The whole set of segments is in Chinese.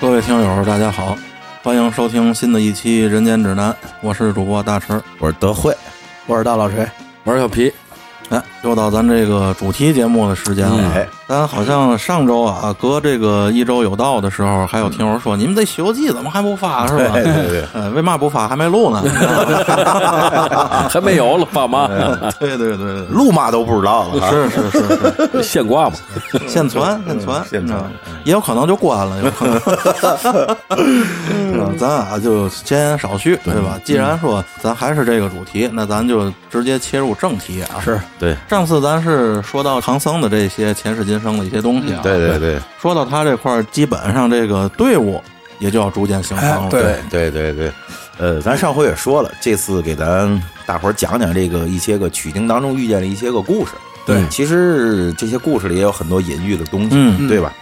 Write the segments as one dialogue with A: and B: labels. A: 各位听友，大家好，欢迎收听新的一期《人间指南》，我是主播大池，
B: 我是德惠，
C: 我是大老锤，
D: 我是小皮。
A: 哎，又到咱这个主题节目的时间了。
B: 哎
A: 咱好像上周啊，隔这个一周有道的时候，还有听友说：“你们这《西游记》怎么还不发是吧？”
B: 嗯对对对
A: 哎为嘛不发？还没录 呢。
D: 还没有了，爸妈
A: 对对对对
B: 路嘛都不知道了，
A: 对，是是是是，
D: 现挂嘛，
A: 现传现传
B: 现传
A: 嗯也有可能就关了，有可能。嗯咱俩就闲言少叙，对吧？既然说咱还是这个主题，那咱就直接切入正题啊。
C: 是
B: 对
A: 上次咱是说到唐僧的这些前世今生的一些东西啊，
B: 对对对
A: 说到他这块儿，基本上这个队伍也就要逐渐形成了。
C: 哎对
B: 对对对对，呃，咱上回也说了，这次给咱大伙儿讲讲这个一些个取经当中遇见的一些个故事。嗯
C: 对
B: 其实这些故事里也有很多隐喻的东西，
A: 嗯
B: 对吧？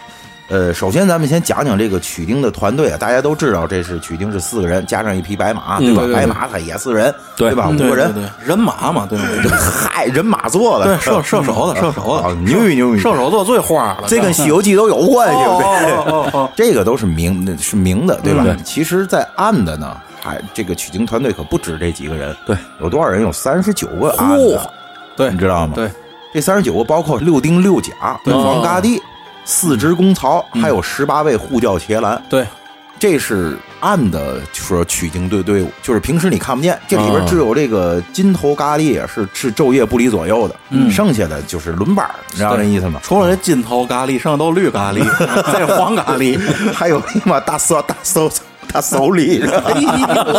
B: 呃，首先咱们先讲讲这个取经的团队啊，大家都知道这是取经是四个人，加上一匹白马，
D: 嗯
B: 对吧？
D: 对对
B: 白马它也四人，
D: 对
B: 吧？五
A: 对
B: 个人
A: 对，对人马嘛，对不对？
B: 嗨，人马座的，
A: 对射射手的射手 的
B: 啊牛逼牛逼，
A: 射手座最花了，
B: 这跟《西游记》都有关系，对不对？
A: 哦哦 哦，
B: 这个都是明是明的，对吧？
D: 嗯
B: 其实，在暗的呢，还这个取经团队可不止这几个人，
D: 对，
B: 有多少人？有三十九个暗的，
C: 对
B: 你知道吗？
C: 对，
B: 这三十九个包括六丁六甲、
D: 对
B: 黄嘎地、四只公曹，还有十八位护教伽蓝，
C: 对，
B: 这是暗的说取经队队伍，就是平时你看不见，这里边
D: 啊
B: 只有这个金头嘎地是是昼夜不离左右的，
A: 嗯
B: 剩下的就是轮班儿，你知道这意思吗？
A: 除了这金头咖喱，剩下都绿咖 喱，这黄咖喱。
B: 还有他妈大手大手大手里，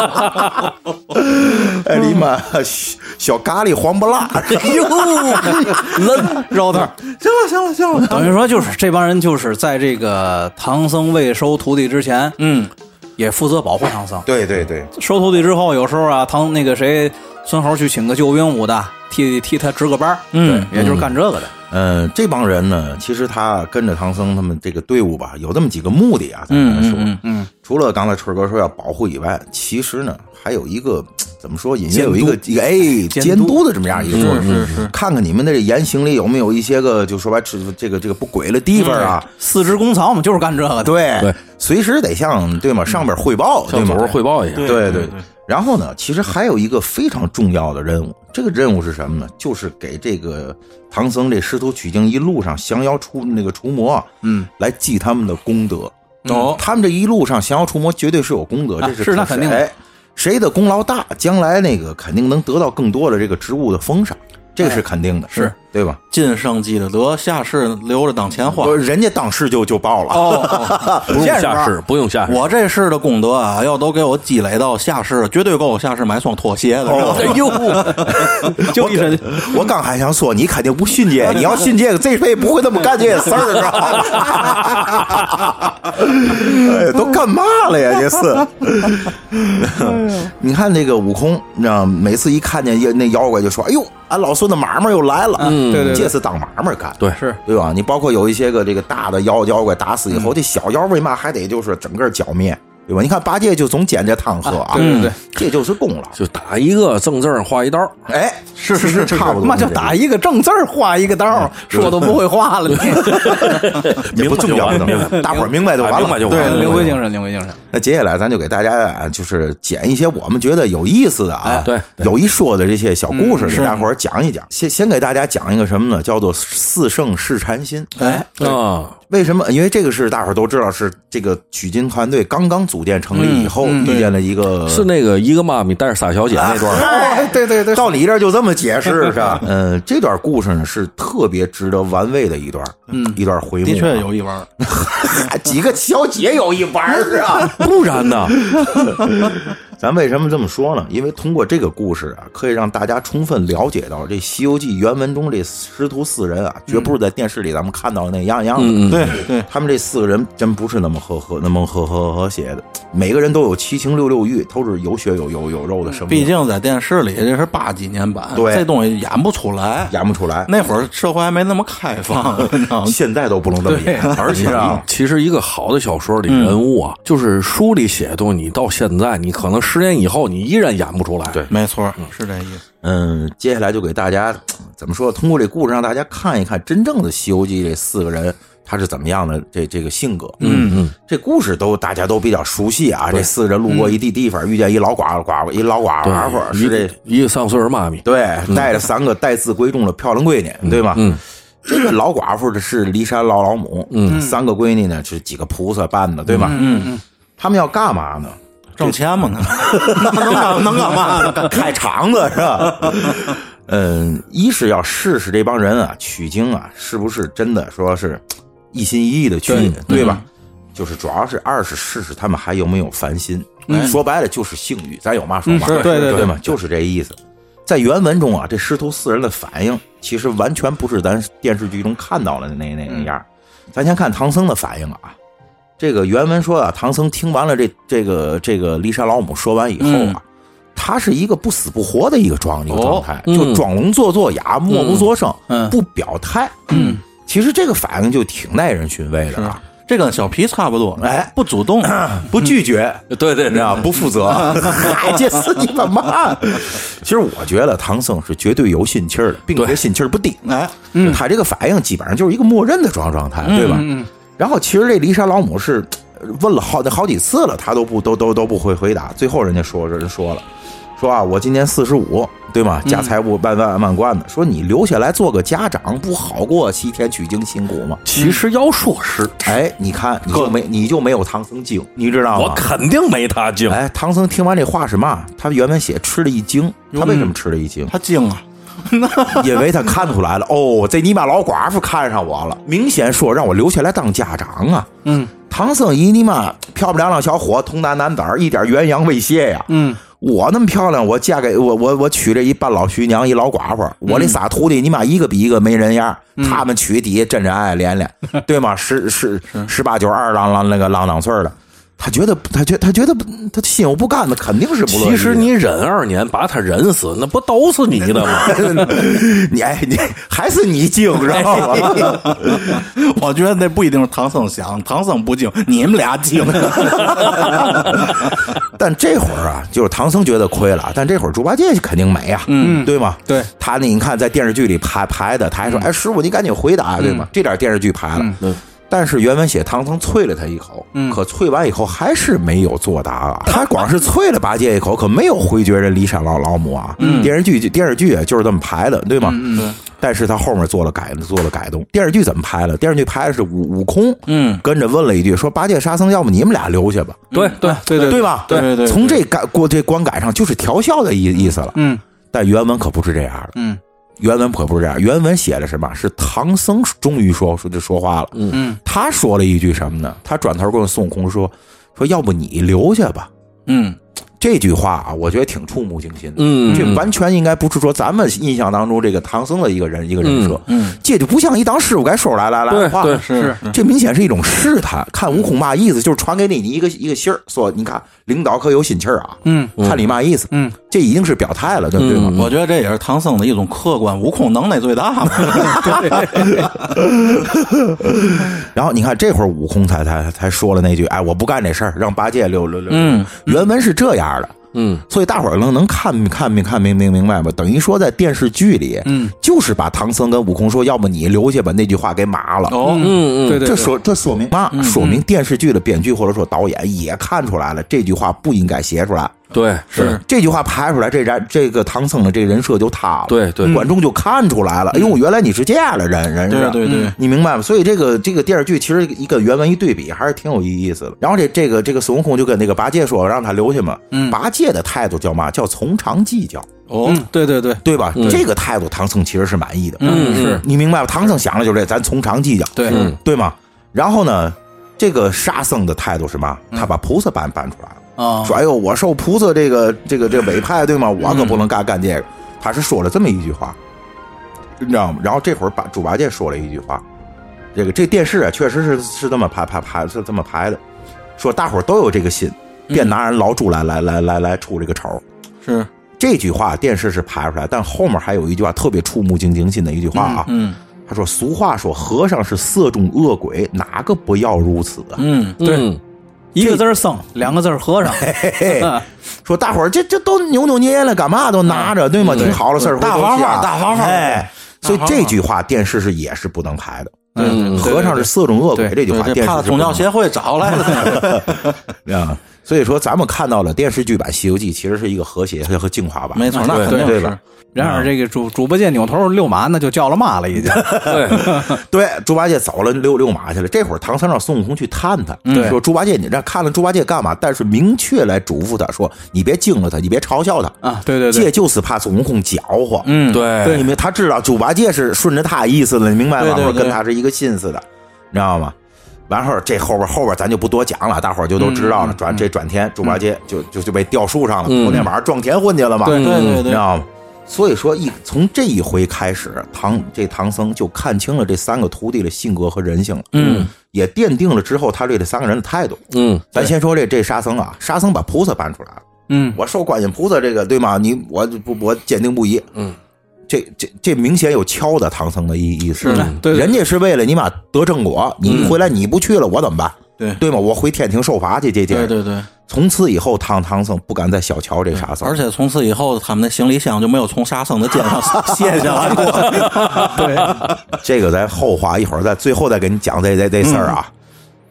B: 哎你妈小小咖喱黄不辣，
A: 嗯
C: 愣 绕道。
A: 行了行了行了，
C: 等于说就是这帮人就是在这个唐僧未收徒弟之前，
A: 嗯，
C: 也负责保护唐僧。
B: 对对对，
C: 收徒弟之后，有时候啊，唐那个谁孙猴去请个救兵武的，替替他值个班儿
A: 嗯
C: 对也就是干这个的。
B: 嗯，这帮人呢，其实他跟着唐僧他们这个队伍吧，有这么几个目的啊，咱们来说，
A: 嗯
C: 嗯
B: 除了刚才春哥说要保护以外，其实呢，还有一个怎么说，隐约有一个一个哎
C: 督
B: 监督的这么样一个作用，
A: 是是是
B: 看看你们的这言行里有没有一些个就说白这这个这个不轨的地方
A: 嗯
B: 啊，
C: 四只公曹嘛，就是干这个的。
B: 对
D: 对，
B: 随时得向对吗上边汇
C: 嗯
B: 报，对
D: 向
B: 吗
D: 组织？汇报一下。
B: 对
A: 对
B: 对
A: 对。
B: 然后呢，其实还有一个非常重要的任务，这个任务是什么呢？就是给这个唐僧这师徒取经一路上降妖除那个除魔，嗯，来记他们的功德。嗯
A: 哦
B: 他们这一路上降妖除魔绝对是有功德，
C: 啊
B: 这
C: 是那
B: 可
C: 肯定的
B: 哎谁的功劳大，将来那个肯定能得到更多的这个职务的封赏，这是肯定的，
C: 哎是
B: 对吧？
A: 今生积的德，下世留着当钱花。
B: 我人家当时就就报了，
A: 哦，
D: 不用
C: 啊
D: 下士，不用下士。
A: 我这世的功德啊，要都给我积累到下世，绝对够我下世买双拖鞋的。
B: 哦
C: 哎 呦，就一身
B: 我刚还想说，你肯定不信这，你要信这个，这辈子不会那么干这些事儿，知道吗？ 哎，都干嘛了呀？这是。你看那个悟空，你知道吗，每次一看见那那妖怪就说：“哎呦，俺老孙的买卖又来了。”嗯
C: 对对对
B: 这次当买卖干。
D: 对
C: 是嗯
B: 对吧？你包括有一些个这个大的妖妖怪打死以后，这小妖为嘛还得就是整个剿灭，对吧？你看八戒就总捡这汤喝啊，
C: 对对对，
B: 这就是功劳。
D: 就打一个正字儿画一刀，
B: 哎，是是是，差不多。嗯
C: 嘛就打一个正字儿，画一个道儿，说都不会画了。你
B: 也不重要，不
D: 明
B: 重
D: 白就完
B: 要，大伙儿明白就完了。
D: 明白就完
A: 对
D: 了。
C: 灵魂精神，灵魂精神。
B: 那接下来咱就给大家啊，就是捡一些我们觉得有意思的啊，
D: 对
B: 有一说的这些小故事，
A: 嗯
B: 给
A: 是
B: 大伙儿讲一讲。先先给大家讲一个什么呢？叫做四圣试禅心。
A: 哎，
D: 啊，
B: 为什么？因为这个是大伙儿都知道，是这个取经团队刚刚组建成立以后遇见了一个
D: 是那个一个妈咪带着仨小姐那段儿，
B: 哎，对对对，到你这儿就这么解释是吧？嗯，这段故事呢是特别值得玩味的一段，嗯，一段回目啊，
A: 的 确有一玩儿。
B: 几个小姐有一玩儿啊。
D: 不然呢？
B: 咱为什么这么说呢？因为通过这个故事啊，可以让大家充分了解到这《西游记》原文中这师徒四人啊，绝不是在电视里咱们看到的那样样的。
D: 嗯嗯，
A: 对对，
B: 他们这四个人真不是那么和和那么和和和谐的，每个人都有七情六六欲，都是有血有油有肉的生
A: 毕
B: 命，
A: 竟在电视里这是八几年版，
B: 对
A: 这东西演不出来。
B: 演不出来。
A: 那会儿社会还没那么开 放，
B: 嗯
A: 你知道吗？
B: 现在都不能这么演，
D: 而且
C: 嗯
D: 啊，其实一个好的小说里人物啊，就是书里写的东西，你到现在，你可能十年以后，你依然演不出来。
B: 对
A: 没错，是这意思。
B: 嗯，接下来就给大家怎么说？通过这故事让大家看一看真正的《西游记》这四个人他是怎么样的这这个性格。嗯嗯，这故事都大家都比较熟悉啊。这四个人路过一地地方，遇见一老寡寡一老寡寡妇，
D: 一
B: 是这
D: 一个上岁数妈咪，
B: 对，带着三个待字闺中的漂亮闺女，对吧？嗯，这个老寡妇的是骊山老老母，嗯，三个闺女呢是几个菩萨扮的，对吧？嗯嗯，他们要干嘛呢？
A: 挣钱嘛，那能干能干 嘛呢？
B: 开肠子是吧？ 嗯，一是要试试这帮人啊，取经啊，是不是真的说是一心一意的去，对吧？
C: 嗯
B: 就是主要是二是试试他们还有没有烦心。说白了就是性欲，咱有嘛说嘛，
C: 嗯嗯是对对对
B: 嘛，就是这意思。在原文中啊，这师徒四人的反应其实完全不是咱电视剧中看到的那
C: 嗯
B: 那那样儿。咱先看唐僧的反应啊，这个原文说啊，唐僧听完了这这个这个骊山老母说完以后
C: 嗯
B: 啊，他是一个不死不活的一个状一个状态，
D: 嗯
B: 就装聋作作哑，默不作声，
C: 嗯
B: 不表态。嗯，其实这个反应就挺耐人寻味的啊，
A: 这跟小皮差不多，
B: 哎
A: 不主 动，
B: 不拒绝。
D: 对对
B: 你知道吗不负 责，嗨，这是你们嘛？其实我觉得唐僧是绝对有心气儿的，并且心气儿不低。
A: 哎，
D: 嗯
B: 他这个反应基本上就是一个默认的状状态，对吧？然后其实这骊山老母是呃问了好好几次了，他都不都都都不会回答。最后人家说人说了，说啊，我今年四十五，对吗？家财不万万万贯的，说你留下来做个家长，不好过西天取经辛苦吗？
D: 其实要说是，
B: 哎，你看你就没你就没有唐僧精，你知道吗？
D: 我肯定没他精。
B: 哎，唐僧听完这话是嘛？他原本写吃了一惊，他为
D: 嗯
B: 什么吃了一惊？
A: 他精啊，
B: 因为他看出来了，哦，这尼玛老寡妇看上我了，明显说让我留下来当家长啊。嗯，唐僧一尼玛漂不亮亮小伙，童男男子儿，一点元阳未泄呀。嗯，我那么漂亮，我嫁给我我我娶了一半老徐娘，一老寡妇，我
D: 嗯
B: 这仨徒弟尼玛一个比一个没人样儿，他们娶底下真人爱爱怜 怜，对吗？十十
D: 嗯
B: 十八九二郎郎那个郎当岁儿的。他觉得，他觉，他觉得，他心有不甘的，肯定是不乐意的。
D: 其实你忍二年，把他忍死，那不都是你的吗？
B: 你哎，你还是你精，知道 吗？
A: 我觉得那不一定是唐僧想，唐僧不精，你们俩精。
B: 但这会儿啊，就是唐僧觉得亏了，但这会儿猪八戒肯定没呀、嗯，对吗？
C: 对，
B: 他那你看在电视剧里排排的，他还说：“哎，师傅，你赶紧回答，对吗？”这点电视剧排了。但是原文写唐僧啐了他一口，可啐完以后还是没有作答啊。 他光是啐了八戒一口，可没有回绝人骊山老老母啊。电视剧就电视剧啊就是这么排的，嗯对吗？但是他后面做了改，做了改动。电视剧怎么拍的？电视剧拍的是悟悟空，嗯，跟着问了一句说：“八戒、沙僧，要不你们俩留下吧？”
C: 对对嗯对对
B: 对吧？
A: 对对对
B: 从这改过这观改上就是调笑的意意思了。嗯，但原文可不是这样的。
C: 嗯，
B: 原文可不是这样，原文写的什么？是唐僧终于说说就说话了。嗯，他说了一句什么呢？他转头跟孙悟空说：“说要不你留下吧。”
A: 嗯，
B: 这句话啊，我觉得挺触目惊心的。
D: 嗯
B: 这完全应该不是说咱们印象当中这个唐僧的一个人一个人设。嗯，这就不像一当师傅该说出来来来
D: 对
B: 话。
D: 对
A: 是
B: 这明显是一种试探。看悟空嘛意思，就是传给你你一个一个信儿，说你看领导可有心气儿啊。嗯，看你嘛意思。嗯，这已经是表态了，对不对
D: 嗯
B: 嘛？
A: 嗯我觉得这也是唐僧的一种客观，悟空能耐最大嘛。
B: 然后你看这会儿悟空才才才说了那句：“哎，我不干这事儿，让八戒溜溜溜。”嗯，原文是这样的。
D: 嗯，
B: 所以大伙儿能能看看明看明明明白吧？等于说在电视剧里，嗯，就是把唐僧跟悟空说“要不你留下吧”那句话给麻了。
A: 哦，
D: 嗯嗯，
C: 对对，
B: 这说这说明嘛？说明电视剧的编剧或者说导演也看出来了，这句话不应该写出来。
D: 对
A: 是
B: 这句话排出来，这人这个唐僧的这人设就塌了。
D: 对对
B: 观众就看出来了，哎呦，原来你是这样的人，人是吧
A: 对对对
B: 你明白吗？所以这个这个电视剧其实一个原文一对比，还是挺有意思的。然后这这个这个孙悟空就跟那个八戒说，让他留下嘛。八戒的态度叫嘛？叫从长计较，
A: 哦，
C: 嗯，对对对，
B: 对吧？这个态度唐僧其实是满意的。
C: 嗯
D: 是
B: 你明白吗？唐僧想的就是这，咱从长计较，
C: 对，
B: 对吗？然后呢，这个沙僧的态度是嘛？他把菩萨搬搬出来了。
C: 啊
B: 说哎呦，我受菩萨这个这个这个委派，对吗？我可
A: 嗯
B: 不能干干这个。他是说了这么一句话，你知道吗？然后这会儿把猪八戒说了一句话，这个这电视啊，确实是是这么拍拍拍是这么拍的，说大伙儿都有这个心，
A: 嗯
B: 别拿人老猪来来来来来出这个丑。
A: 是，
B: 这句话电视是拍出来，但后面还有一句话特别触目惊心的一句话啊，
A: 嗯
B: 他说：“俗话说，和尚是色中恶鬼，哪个不要如此啊？”
A: 嗯，
D: 对，嗯
C: 一个字儿僧，两个字儿嗯和尚，
B: 嘿嘿，说大伙儿这这都扭扭捏捏了，干嘛都拿着，对吗？挺好的事儿，
A: 嗯大
B: 回头
A: 方法
B: 下
A: 大方法
B: 哎，所以
A: 大方法
B: 这句话电视是也是不能拍的。
D: 嗯
B: 和尚是色中恶鬼这句话，
A: 对这
B: 电视
A: 怕
B: 是不
A: 宗
B: 能
A: 教协会找来 了，
B: 拍啊。所以说，咱们看到了电视剧版《西游记》其实是一个和谐和净化版，啊
A: 没错，那肯定
B: 对
A: 是
B: 吧。？
C: 然而这个猪猪八戒扭头遛马，那就叫了骂了，已经。
D: 对，
B: 对，猪八戒走了溜溜马去了。这会儿唐三让孙悟空去探他，
A: 嗯
C: 对
B: 说猪八戒，你这看了猪八戒干嘛？但是明确来嘱咐他说，你别惊了他，你别嘲笑他。
C: 啊，对对
B: 戒
C: 对，
B: 就是怕孙悟空搅和，
A: 嗯，
D: 对，
B: 因为他知道猪八戒是顺着他意思的，你明白
A: 对
B: 吗？
A: 对
B: 或者
A: 对
B: 跟他是一个心思的，你知道吗？完后这后边后边咱就不多讲了，大伙儿就都知道了。
A: 嗯
B: 转这转天，猪八戒就就就被吊树上了，
D: 嗯
B: 昨天晚上撞田混去了嘛，
A: 对对对
B: 你
A: 对
B: 知道吗？所以说一从这一回开始，唐这唐僧就看清了这三个徒弟的性格和人性了，嗯，也奠定了之后他对这三个人的态度。
D: 嗯，
B: 咱先说这这沙僧啊，沙僧把菩萨搬出来了。
C: 嗯，
B: 我受观音菩萨这个对吗？你我不我坚定不移。
D: 嗯，
B: 这这这明显有敲打唐僧的意意
A: 是
B: 思。
A: 嗯
C: 嗯对对
B: 人家是为了你妈得正果，你回来你不去了，我怎么办？
A: 对
B: 对吗？我回天庭受罚去，这这。
A: 对对对，
B: 从此以后，唐唐僧不敢再小瞧这沙僧，
A: 而且从此以后，他们的行李箱就没有从沙僧的肩上 卸下来过。
B: 这个咱后话一会儿再最后再给你讲这这这事儿
A: 嗯
B: 啊。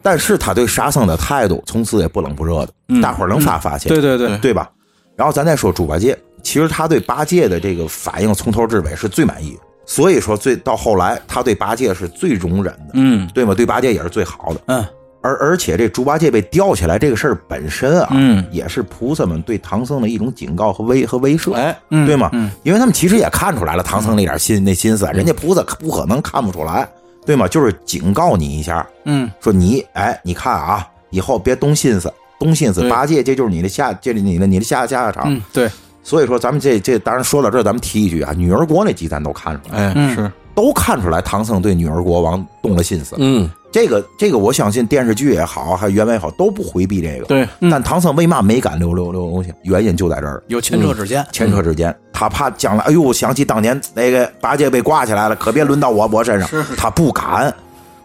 B: 但是他对沙僧的态度从此也不冷不热的，
A: 嗯
B: 大伙儿能发发现。
C: 对对对，
B: 对吧？然后咱再说猪八戒，其实他对八戒的这个反应从头至尾是最满意的，所以说最到后来他对八戒是最容忍的，
A: 嗯
B: 对吗？对八戒也是最好的。
A: 嗯，
B: 而而且这猪八戒被吊起来这个事儿本身啊，
A: 嗯，
B: 也是菩萨们对唐僧的一种警告和威和威慑，
A: 哎，
B: 对吗？因为他们其实也看出来了唐僧那点心那心
A: 嗯
B: 思，啊人家菩萨可不可能看不出来，对吗？就是警告你一下，
C: 嗯，
B: 说你哎，你看啊，以后别动心思，动心思，
A: 对
B: 八戒这就是你的下，这是你的你的下下场。
C: 嗯，对，
B: 所以说，咱们这这当然说到这儿，咱们提一句啊，女儿国那集咱都看出来，
A: 哎，
C: 嗯
A: 是，
B: 都看出来唐僧对女儿国王动了心思。
D: 嗯，
B: 这个这个，我相信电视剧也好，还有原文也好，都不回避这个。
A: 对，
B: 但唐僧为嘛没敢溜溜溜去？原因就在这儿，
C: 有前车之鉴，
B: 前车之鉴，他怕将来，哎呦，想起当年那个八戒被挂起来了，可别轮到我我身上，他不敢。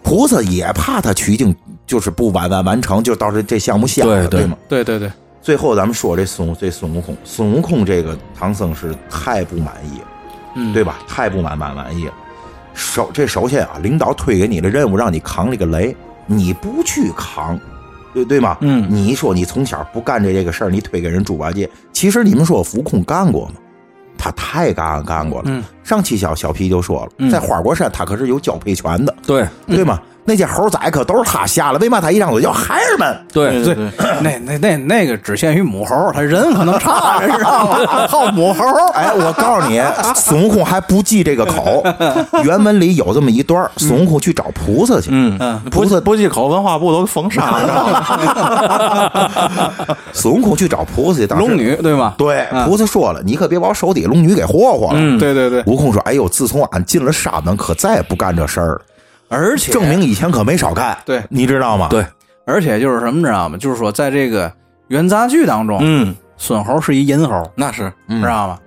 B: 菩萨也怕他取经就是不完完完成，就到时这项目下了，
D: 对对
B: 吗？
C: 对对对，
B: 最后咱们说这孙悟这孙悟空，孙悟空这个唐僧是太不满意，
C: 嗯
B: 对吧？太不满满满意了。首这首先啊，领导推给你的任务让你扛这个雷，你不去扛，对对吗？
A: 嗯
B: 你说你从小不干这这个事儿，你推给人猪八戒，其实你们说悟空干过吗？他太干干过了。
C: 嗯
B: 上期小小皮就说了，在花果山他可是有交配权的，
D: 对，
C: 嗯
B: 对吗？那些猴崽可都是他下了，为嘛他一张嘴叫孩儿们？
D: 对，
A: 对对，
C: 那那那那个只限于母猴，他人可能差， 知道吗？好母猴，
B: 哎，我告诉你，孙悟空还不忌这个口。原文里有这么一段儿，孙悟空去找菩萨去，
A: 嗯，不
B: 菩萨
A: 不忌口，文化部都封杀了。
B: 孙悟空去找菩萨去，当时
C: 龙。女对吗？
B: 对，
C: 嗯
B: 菩萨说了，你可别把我手底下龙女给霍霍了。
C: 对对对，
B: 悟空说：“哎呦，自从俺进了沙门，可再也不干这事儿了。
C: 而且
B: 证明以前可没少干，
C: 对
B: 你知道吗？
D: 对，
C: 而且就是什么知道吗？就是说在这个元杂剧当中，
A: 嗯，
C: 孙猴是一银猴，
A: 那是，
C: 知道吗？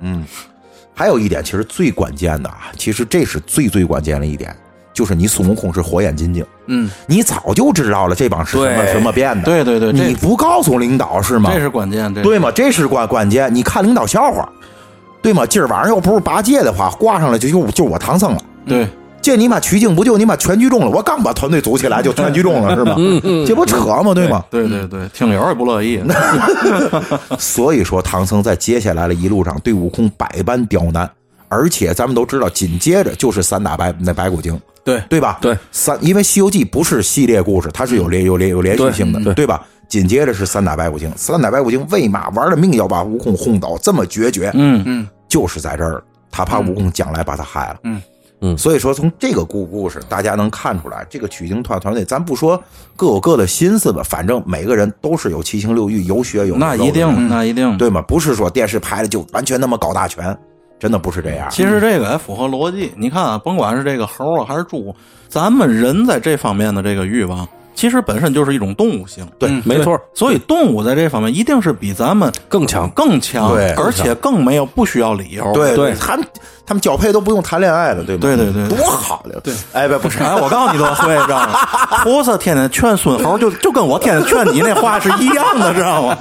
B: 还有一点，其实最关键的啊，其实这是最最关键的一点，就是你孙悟空是火眼金睛，
C: 嗯，
B: 你早就知道了这帮是什么
D: 对
B: 什么变 的，
A: 对对对，
B: 你
A: 呃这
B: 不告诉领导是吗？
A: 这是关键，这
B: 对吗？这是关关键，你看领导笑话，对吗？今儿晚上要不是八戒的话，挂上了就就就我唐僧了。
A: 对
B: 这你妈取经不就你妈全聚众了？我刚把团队组起来就全聚众了是吗？
A: 嗯
B: 这不扯吗？对吗？
A: 对对对，听友也不乐意。
B: 所以说唐僧在接下来的一路上对悟空百般刁难，而且咱们都知道，紧接着就是三打白那白骨精，
C: 对
B: 对吧？
D: 对，
B: 三因为《西游记》不是系列故事，它是有连有连有连续性的，
D: 对对
B: 吧？紧接着是三打白骨精，三打白骨精为嘛玩了命要把悟空轰倒，这么决绝？
A: 嗯嗯，嗯
B: 就是在这儿，他怕悟空将来把他害了。
C: 嗯，
D: 嗯
B: 所以说从这个故故事，大家能看出来，这个取经团团队，咱不说各有各的心思吧，反正每个人都是有七情六欲，有血有肉
A: 那一
B: 的
A: 定，嗯那一定。
B: 对吗？不是说电视拍的就完全那么搞大全，真的不是这样。
A: 其实这个也符合逻辑。你看啊，甭管是这个猴啊还是猪，咱们人在这方面的这个欲望，其实本身就是一种动物性。嗯对，
D: 没错，
A: 所以动物在这方面一定是比咱们
D: 更强。
A: 更强，
B: 对
A: 而且更没有不需要理由。
B: 对他们他们交配都不用谈恋爱了，对吗？
A: 对对对对
B: 多好呀！对，哎，不不 是，
A: 哎，我告诉你多会，知道 吗？菩萨天天劝孙猴，就就跟我天天劝你那话是一样的，知道吗？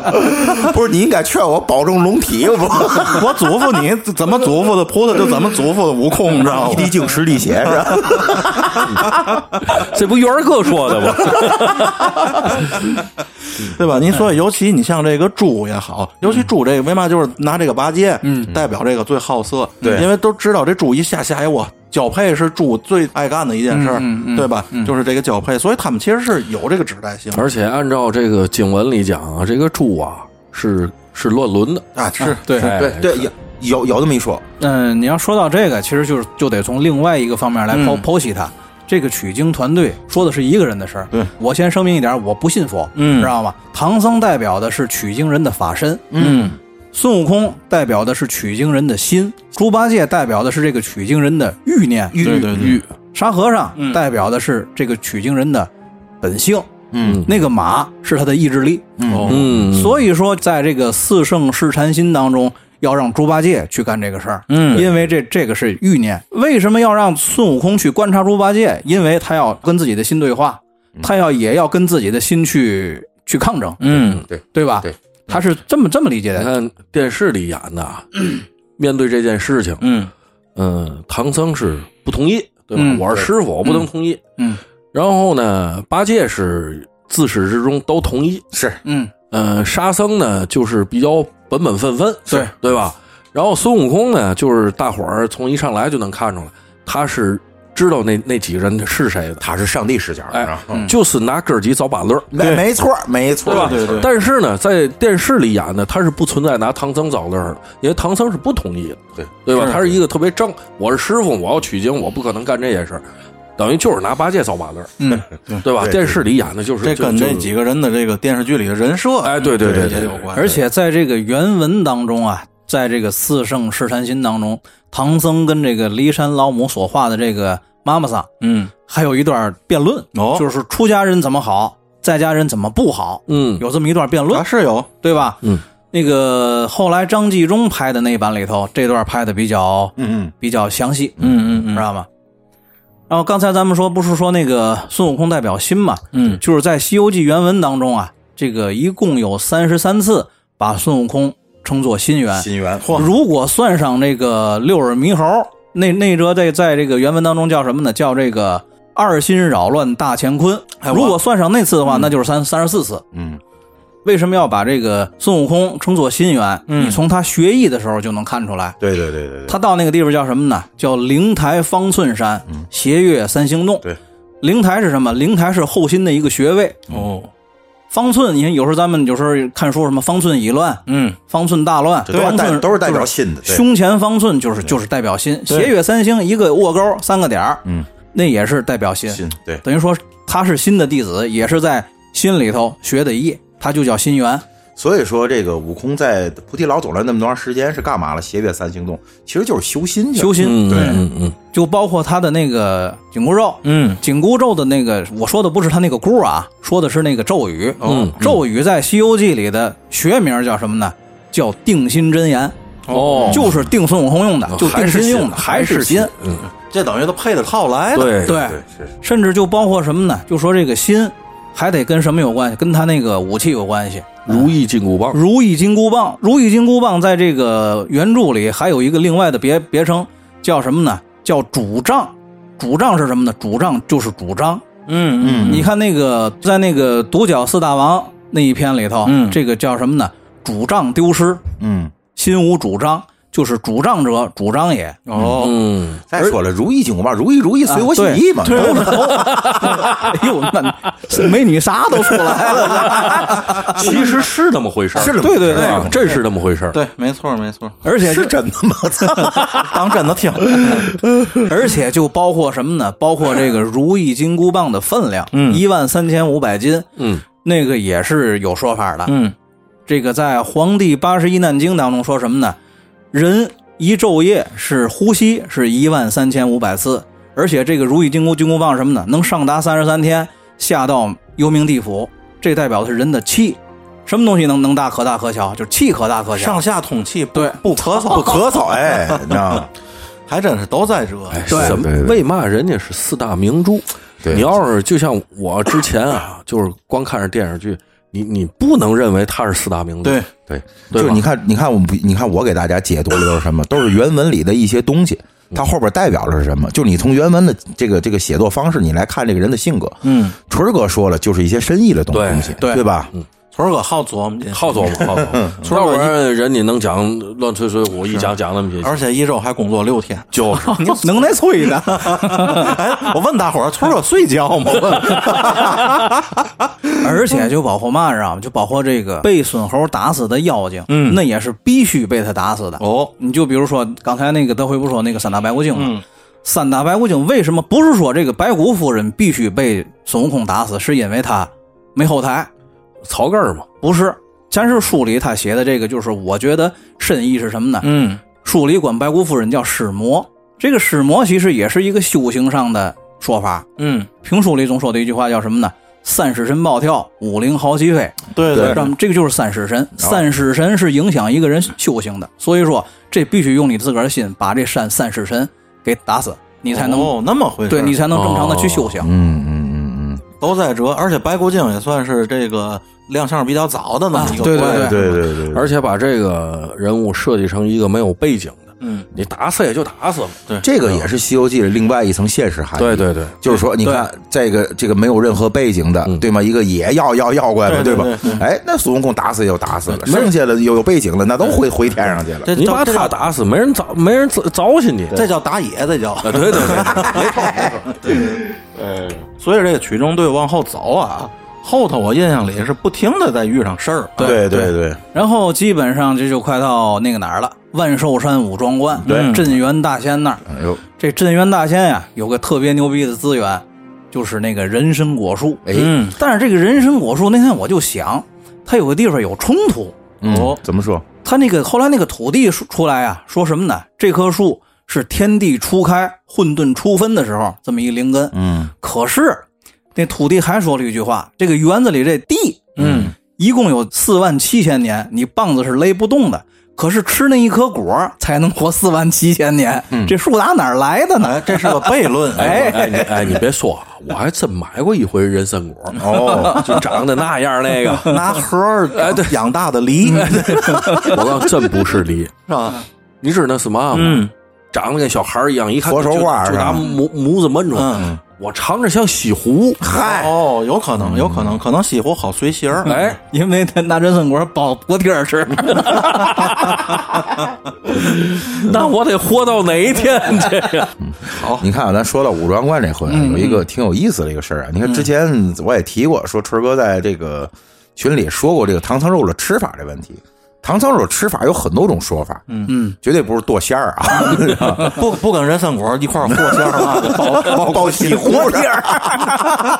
B: 不是你应该劝我保重龙体， 不？
A: 我嘱咐你怎么嘱咐的，菩萨就怎么嘱咐的悟空，你知道
B: 一
A: 吗？
B: 滴精十滴血是吧？
D: 这不元儿哥说的吗？
A: 对吧？您说，尤其你像这个猪也好，尤其猪这个为嘛就是拿这个八戒，嗯，代表这个最好色，
B: 对
A: 因为都知道这猪一下下一窝。交配是猪最爱干的一件事儿，对吧？就是这个交配，所以他们其实是有这个指代性
D: 而且按照这个经文里讲啊，这个猪啊是是乱伦的，
A: 啊，是
C: 对，
D: 哎
B: 对对，有有有这么一说，
C: 嗯，你要说到这个，其实就是就得从另外一个方面来剖、剖析它。这个取经团队说的是一个人的事儿。
A: 对
C: 我先声明一点，我不信佛，嗯，知道吗？唐僧代表的是取经人的法身，
A: 嗯，
C: 孙悟空代表的是取经人的心，猪八戒代表的是这个取经人的欲念欲
A: 对对对
C: 欲，嗯沙和尚代表的是这个取经人的本性，
B: 嗯，
C: 那个马是他的意志力，
A: 哦，
D: 嗯，
C: 所以说，在这个四圣试禅心当中，要让猪八戒去干这个事儿，
A: 嗯
C: 因为这这个是欲念。为什么要让孙悟空去观察猪八戒？因为他要跟自己的心对话，他要也要跟自己的心去去抗争，
A: 嗯，
C: 对吧？
B: 对，
C: 他是这么这么理解
D: 你
C: 的。
D: 看电视里演的 啊，面对这件事情，
A: 嗯，
D: 嗯，唐僧是不同意，对吧？
C: 嗯
D: 我是师傅，我不能同意。
C: 嗯
D: 然后呢，八戒是自始至终都同意，
B: 是
C: 嗯，
D: 呃，沙僧呢就是比较本本分分，
C: 对
D: 对吧？然后孙悟空呢，就是大伙儿从一上来就能看出来，他是知道那那几个人是谁的，
B: 他是上嗯帝视角，啊
D: 哎
B: 是吧
A: 嗯
D: 就是拿哥儿几找板乐，
B: 没没错没错，
D: 吧？
A: 对对
D: 但是呢，在电视里演的他是不存在拿唐僧找乐儿的，因为唐僧是不同意的，
B: 对
D: 对吧？他是一个特别正，我是师傅，我要取经，我不可能干这些事儿，等于就是拿八戒找马乐儿，
C: 嗯，
D: 对吧？
B: 对
D: 电视里演的就是
A: 这跟
D: 就
A: 这几个人的这个电视剧里的人设，
D: 哎，对对对
A: 也
D: 对
A: 有关。
C: 而且在这个原文当中啊，在这个四圣试禅心当中，唐僧跟这个骊山老母所画的这个妈妈桑，
A: 嗯，
C: 还有一段辩论，
A: 哦
C: 就是出家人怎么好，在家人怎么不好，
D: 嗯，
C: 有这么一段辩论，
A: 啊是有，
C: 对吧？
D: 嗯，
C: 那个后来张纪中拍的那版里头，这段拍的比较
B: 嗯嗯，
C: 比较详细，
A: 嗯
C: 知，道吗？然后刚才咱们说，不是说那个孙悟空代表心嘛？
A: 嗯，
C: 就是在《西游记》原文当中啊，这个一共有三十三次把孙悟空称作心猿。
B: 心猿，
C: 如果算上这个六耳猕猴，那那折在在这个原文当中叫什么呢？叫这个二心扰乱大乾坤。
A: 哎我嗯
C: 如果算上那次的话，那就是三三十四次。
B: 嗯，
C: 为什么要把这个孙悟空称作心猿？
A: 嗯
C: 你从他学艺的时候就能看出来，
B: 对对对对对，
C: 他到那个地方叫什么呢？叫灵台方寸山，斜月三星洞。
B: 嗯对，
C: 灵台是什么？灵台是后心的一个穴位。
A: 哦，
C: 方寸，你看有时候咱们有时候看书什么方寸已乱，
A: 嗯，
C: 方寸大乱，
B: 这都
C: 方
B: 是代
C: 寸
B: 都是代表心的，对
C: 胸前方寸就是就是代表心，斜月三星一个卧钩三个点儿，
B: 嗯，
C: 那也是代表心，
B: 心对，
C: 等于说他是心的弟子，也是在心里头学的艺，他就叫心猿。
B: 所以说这个悟空在菩提老祖了那么长时间是干嘛了？斜月三星洞其实就是修心去了，
C: 修心，
D: 嗯
B: 对
D: 嗯嗯
C: 就包括他的那个紧箍咒，
A: 嗯，
C: 紧箍咒的那个，我说的不是他那个箍啊，说的是那个咒语。
D: 嗯
C: 咒语在《西游记》里的学名叫什么呢？叫定心真言，
D: 哦
C: 就是定孙悟空用的，就定
D: 还是
C: 心用的，
D: 还
C: 是
D: 心
C: 心。，
D: 嗯，
A: 这等于都配得套来的，
D: 对
C: 对，
B: 对是
C: 甚至就包括什么呢？就说这个心还得跟什么有关系？跟他那个武器有关系。
D: 如意金箍棒，
C: 如意金箍棒，如意金箍棒在这个原著里还有一个另外的别别称，叫什么呢？叫主杖。主杖是什么呢？主杖就是主张。
A: 嗯嗯，
C: 你看那个在那个独角四大王那一篇里头，
A: 嗯
C: 这个叫什么呢？主张丢失，
B: 嗯
C: 心无主张。就是主张者主张也，
A: 哦，
D: 嗯，
B: 再说了，如意金箍棒，如意如意，
C: 哎啊
B: 随我心意嘛。
C: 都 是都，哎呦，那美女啥都出来了，
D: 其实是那么回事儿，
B: 是那么
C: 对对
D: 对吧
C: 对，
D: 真是那么回事儿。
A: 对，没错没错，
C: 而且就是
B: 真的 吗？
A: 当真的听，
C: 而且就包括什么呢？包括这个如意金箍棒的分量，嗯，一万三千五百斤，
D: 嗯，
C: 那个也是有说法的。
A: 嗯，
C: 这个在《黄帝八十一难经》当中说什么呢？人一昼夜是呼吸是一万三千五百次，而且这个如意金箍金箍棒什么呢？能上达三十三天，下到幽冥地府，这代表的是人的气。什么东西能能大可大可小，就是气可大可小。
A: 上下通气，不
C: 对
A: 不咳嗽，
B: 不咳嗽，哎，你知道吗？
A: 还真是都在这。哎
D: 对怎么
B: 对对
D: 为嘛人家是四大名著？
B: 对
D: 你要是就像我之前 啊，就是光看着电视剧，你你不能认为它是四大名著。
A: 对，
B: 对，
D: 对吧
B: 就你看，你看我们，你看我给大家解读的都是什么？都是原文里的一些东西，它后边代表了什么？就你从原文的这个这个写作方式，你来看这个人的性格。
A: 嗯，
B: 春儿哥说了，就是一些深意的东东西，
A: 对
B: 对吧？
A: 村儿哥好琢磨劲，
D: 好琢 磨，好琢磨。要不然人你能讲乱吹吹，我一讲讲那么些，
A: 而且一周还工作六天。
D: 就是
C: 能耐脆的，
A: 哎，我问大伙儿，村儿哥睡觉吗？
C: 而且就包括嘛知道吗？就包括这个被孙猴打死的妖精，嗯，那也是必须被他打死的。
A: 哦，
C: 你就比如说刚才那个德惠不说那个三打白骨精吗？
D: 嗯
C: 三打白骨精为什么不是说这个白骨夫人必须被孙悟空打死？是因为他没后台？
D: 草根儿嘛。
C: 不是，咱是书里他写的这个，就是我觉得深意是什么呢？
A: 嗯，
C: 书里管白骨夫人叫尸魔，这个尸魔其实也是一个修行上的说法。
A: 嗯，
C: 评书里总说的一句话叫什么呢？三尸神暴跳，五灵豪气飞。
A: 对
B: 对啊
C: 让这个就是三尸神，三尸神是影响一个人修行的，所以说这必须用你自个儿的心把这三三尸神给打死，你才能、
A: 哦那么回事，
C: 对你才能正常的去修行。
B: 嗯嗯嗯
A: 都在折，而且白骨精也算是这个亮相比较早的那么一个
C: 啊对
A: 怪
B: 嗯，对
C: 对
B: 对对
D: 而且把这个人物设计成一个没有背景的，
A: 嗯，
D: 你打死也就打死了。对
B: 这个也是《西游记》的另外一层现实含义。
D: 对对对，
B: 就是说，你看这个这个没有任何背景的，对吗？一个也要要要怪嘛，
A: 对
B: 吧
A: 对？
B: 哎，那孙悟空打死也就打死了，剩下的有有背景的，那都回回天上去了。
A: 这
D: 你把
A: 这
D: 他
A: 叫
D: 打死，没人糟没人糟糟心你。
A: 这叫打野，这叫
D: 对对对，
A: 所以这个曲中队往后走啊，后头我印象里是不停的在遇上事儿。啊
B: 对对对，
C: 然后基本上这就快到那个哪儿了，万寿山五庄观，
A: 对
C: 镇元大仙那儿。
B: 哎呦，
C: 这镇元大仙呀，有个特别牛逼的资源，就是那个人参果树。
B: 哎，
A: 嗯，
C: 但是这个人参果树那天我就想，它有个地方有冲突，
B: 嗯，怎么说？
C: 他那个后来那个土地出出来啊，说什么呢？这棵树是天地初开、混沌初分的时候这么一灵根。
B: 嗯，
C: 可是那土地还说了一句话：这个园子里这地，嗯，一共有四万七千年，你棒子是勒不动的。可是吃那一颗果儿才能活四万七千年，
D: 嗯
C: 这树打哪儿来的呢？
A: 这是个悖论。
D: 哎哎你哎，你别说啊，我还真买过一回人参果，
B: 哦，
D: 就长得那样那个，
A: 拿盒儿养大的梨是
D: 我告诉你，真不是梨，
A: 吧？
D: 你知道那是嘛吗？
A: 嗯，
D: 长得跟小孩儿一样，一看
B: 佛手
D: 就
B: 瓜
D: 就是
B: 吧
D: 拿模模子焖出来
A: 嗯。
D: 我尝着像西湖，
A: 嗨，哦，有可能，有可能，可能西湖好随形儿。
D: 哎，
C: 因为他拿人参果包锅贴儿吃。
D: 那我得活到哪一天去呀？
B: 你看啊，咱说到武装观这回啊，有一个挺有意思的一个事儿啊。你看之前我也提过，说春儿哥在这个群里说过这个糖醋肉的吃法这问题。糖醋肉吃法有很多种说法，嗯嗯，绝对不是剁馅儿啊，
A: 不不跟人参果一块儿和馅儿啊，包
B: 包包西湖片儿。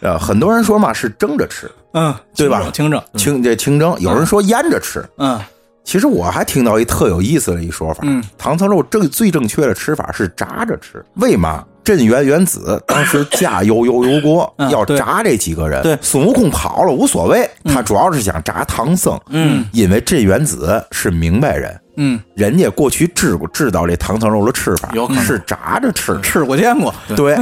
B: 呃，很多人说嘛是蒸着吃，
C: 嗯，
B: 对吧
C: 清蒸，
B: 清这清蒸；有人说腌着吃。
C: 嗯，
B: 其实我还听到一特有意思的一说法，嗯，糖醋肉正最正确的吃法是炸着吃。为嘛？镇元元子当时架油油油锅、要
C: 对
B: 炸这几个人，
A: 对
B: 孙悟空跑了无所谓，他主要是想炸唐僧，嗯，因为镇元子是明白人，
C: 嗯，
B: 人家过去知过知道这糖醋肉的吃法
A: 有可能
B: 是炸着吃，
C: 吃过见过，
B: 对，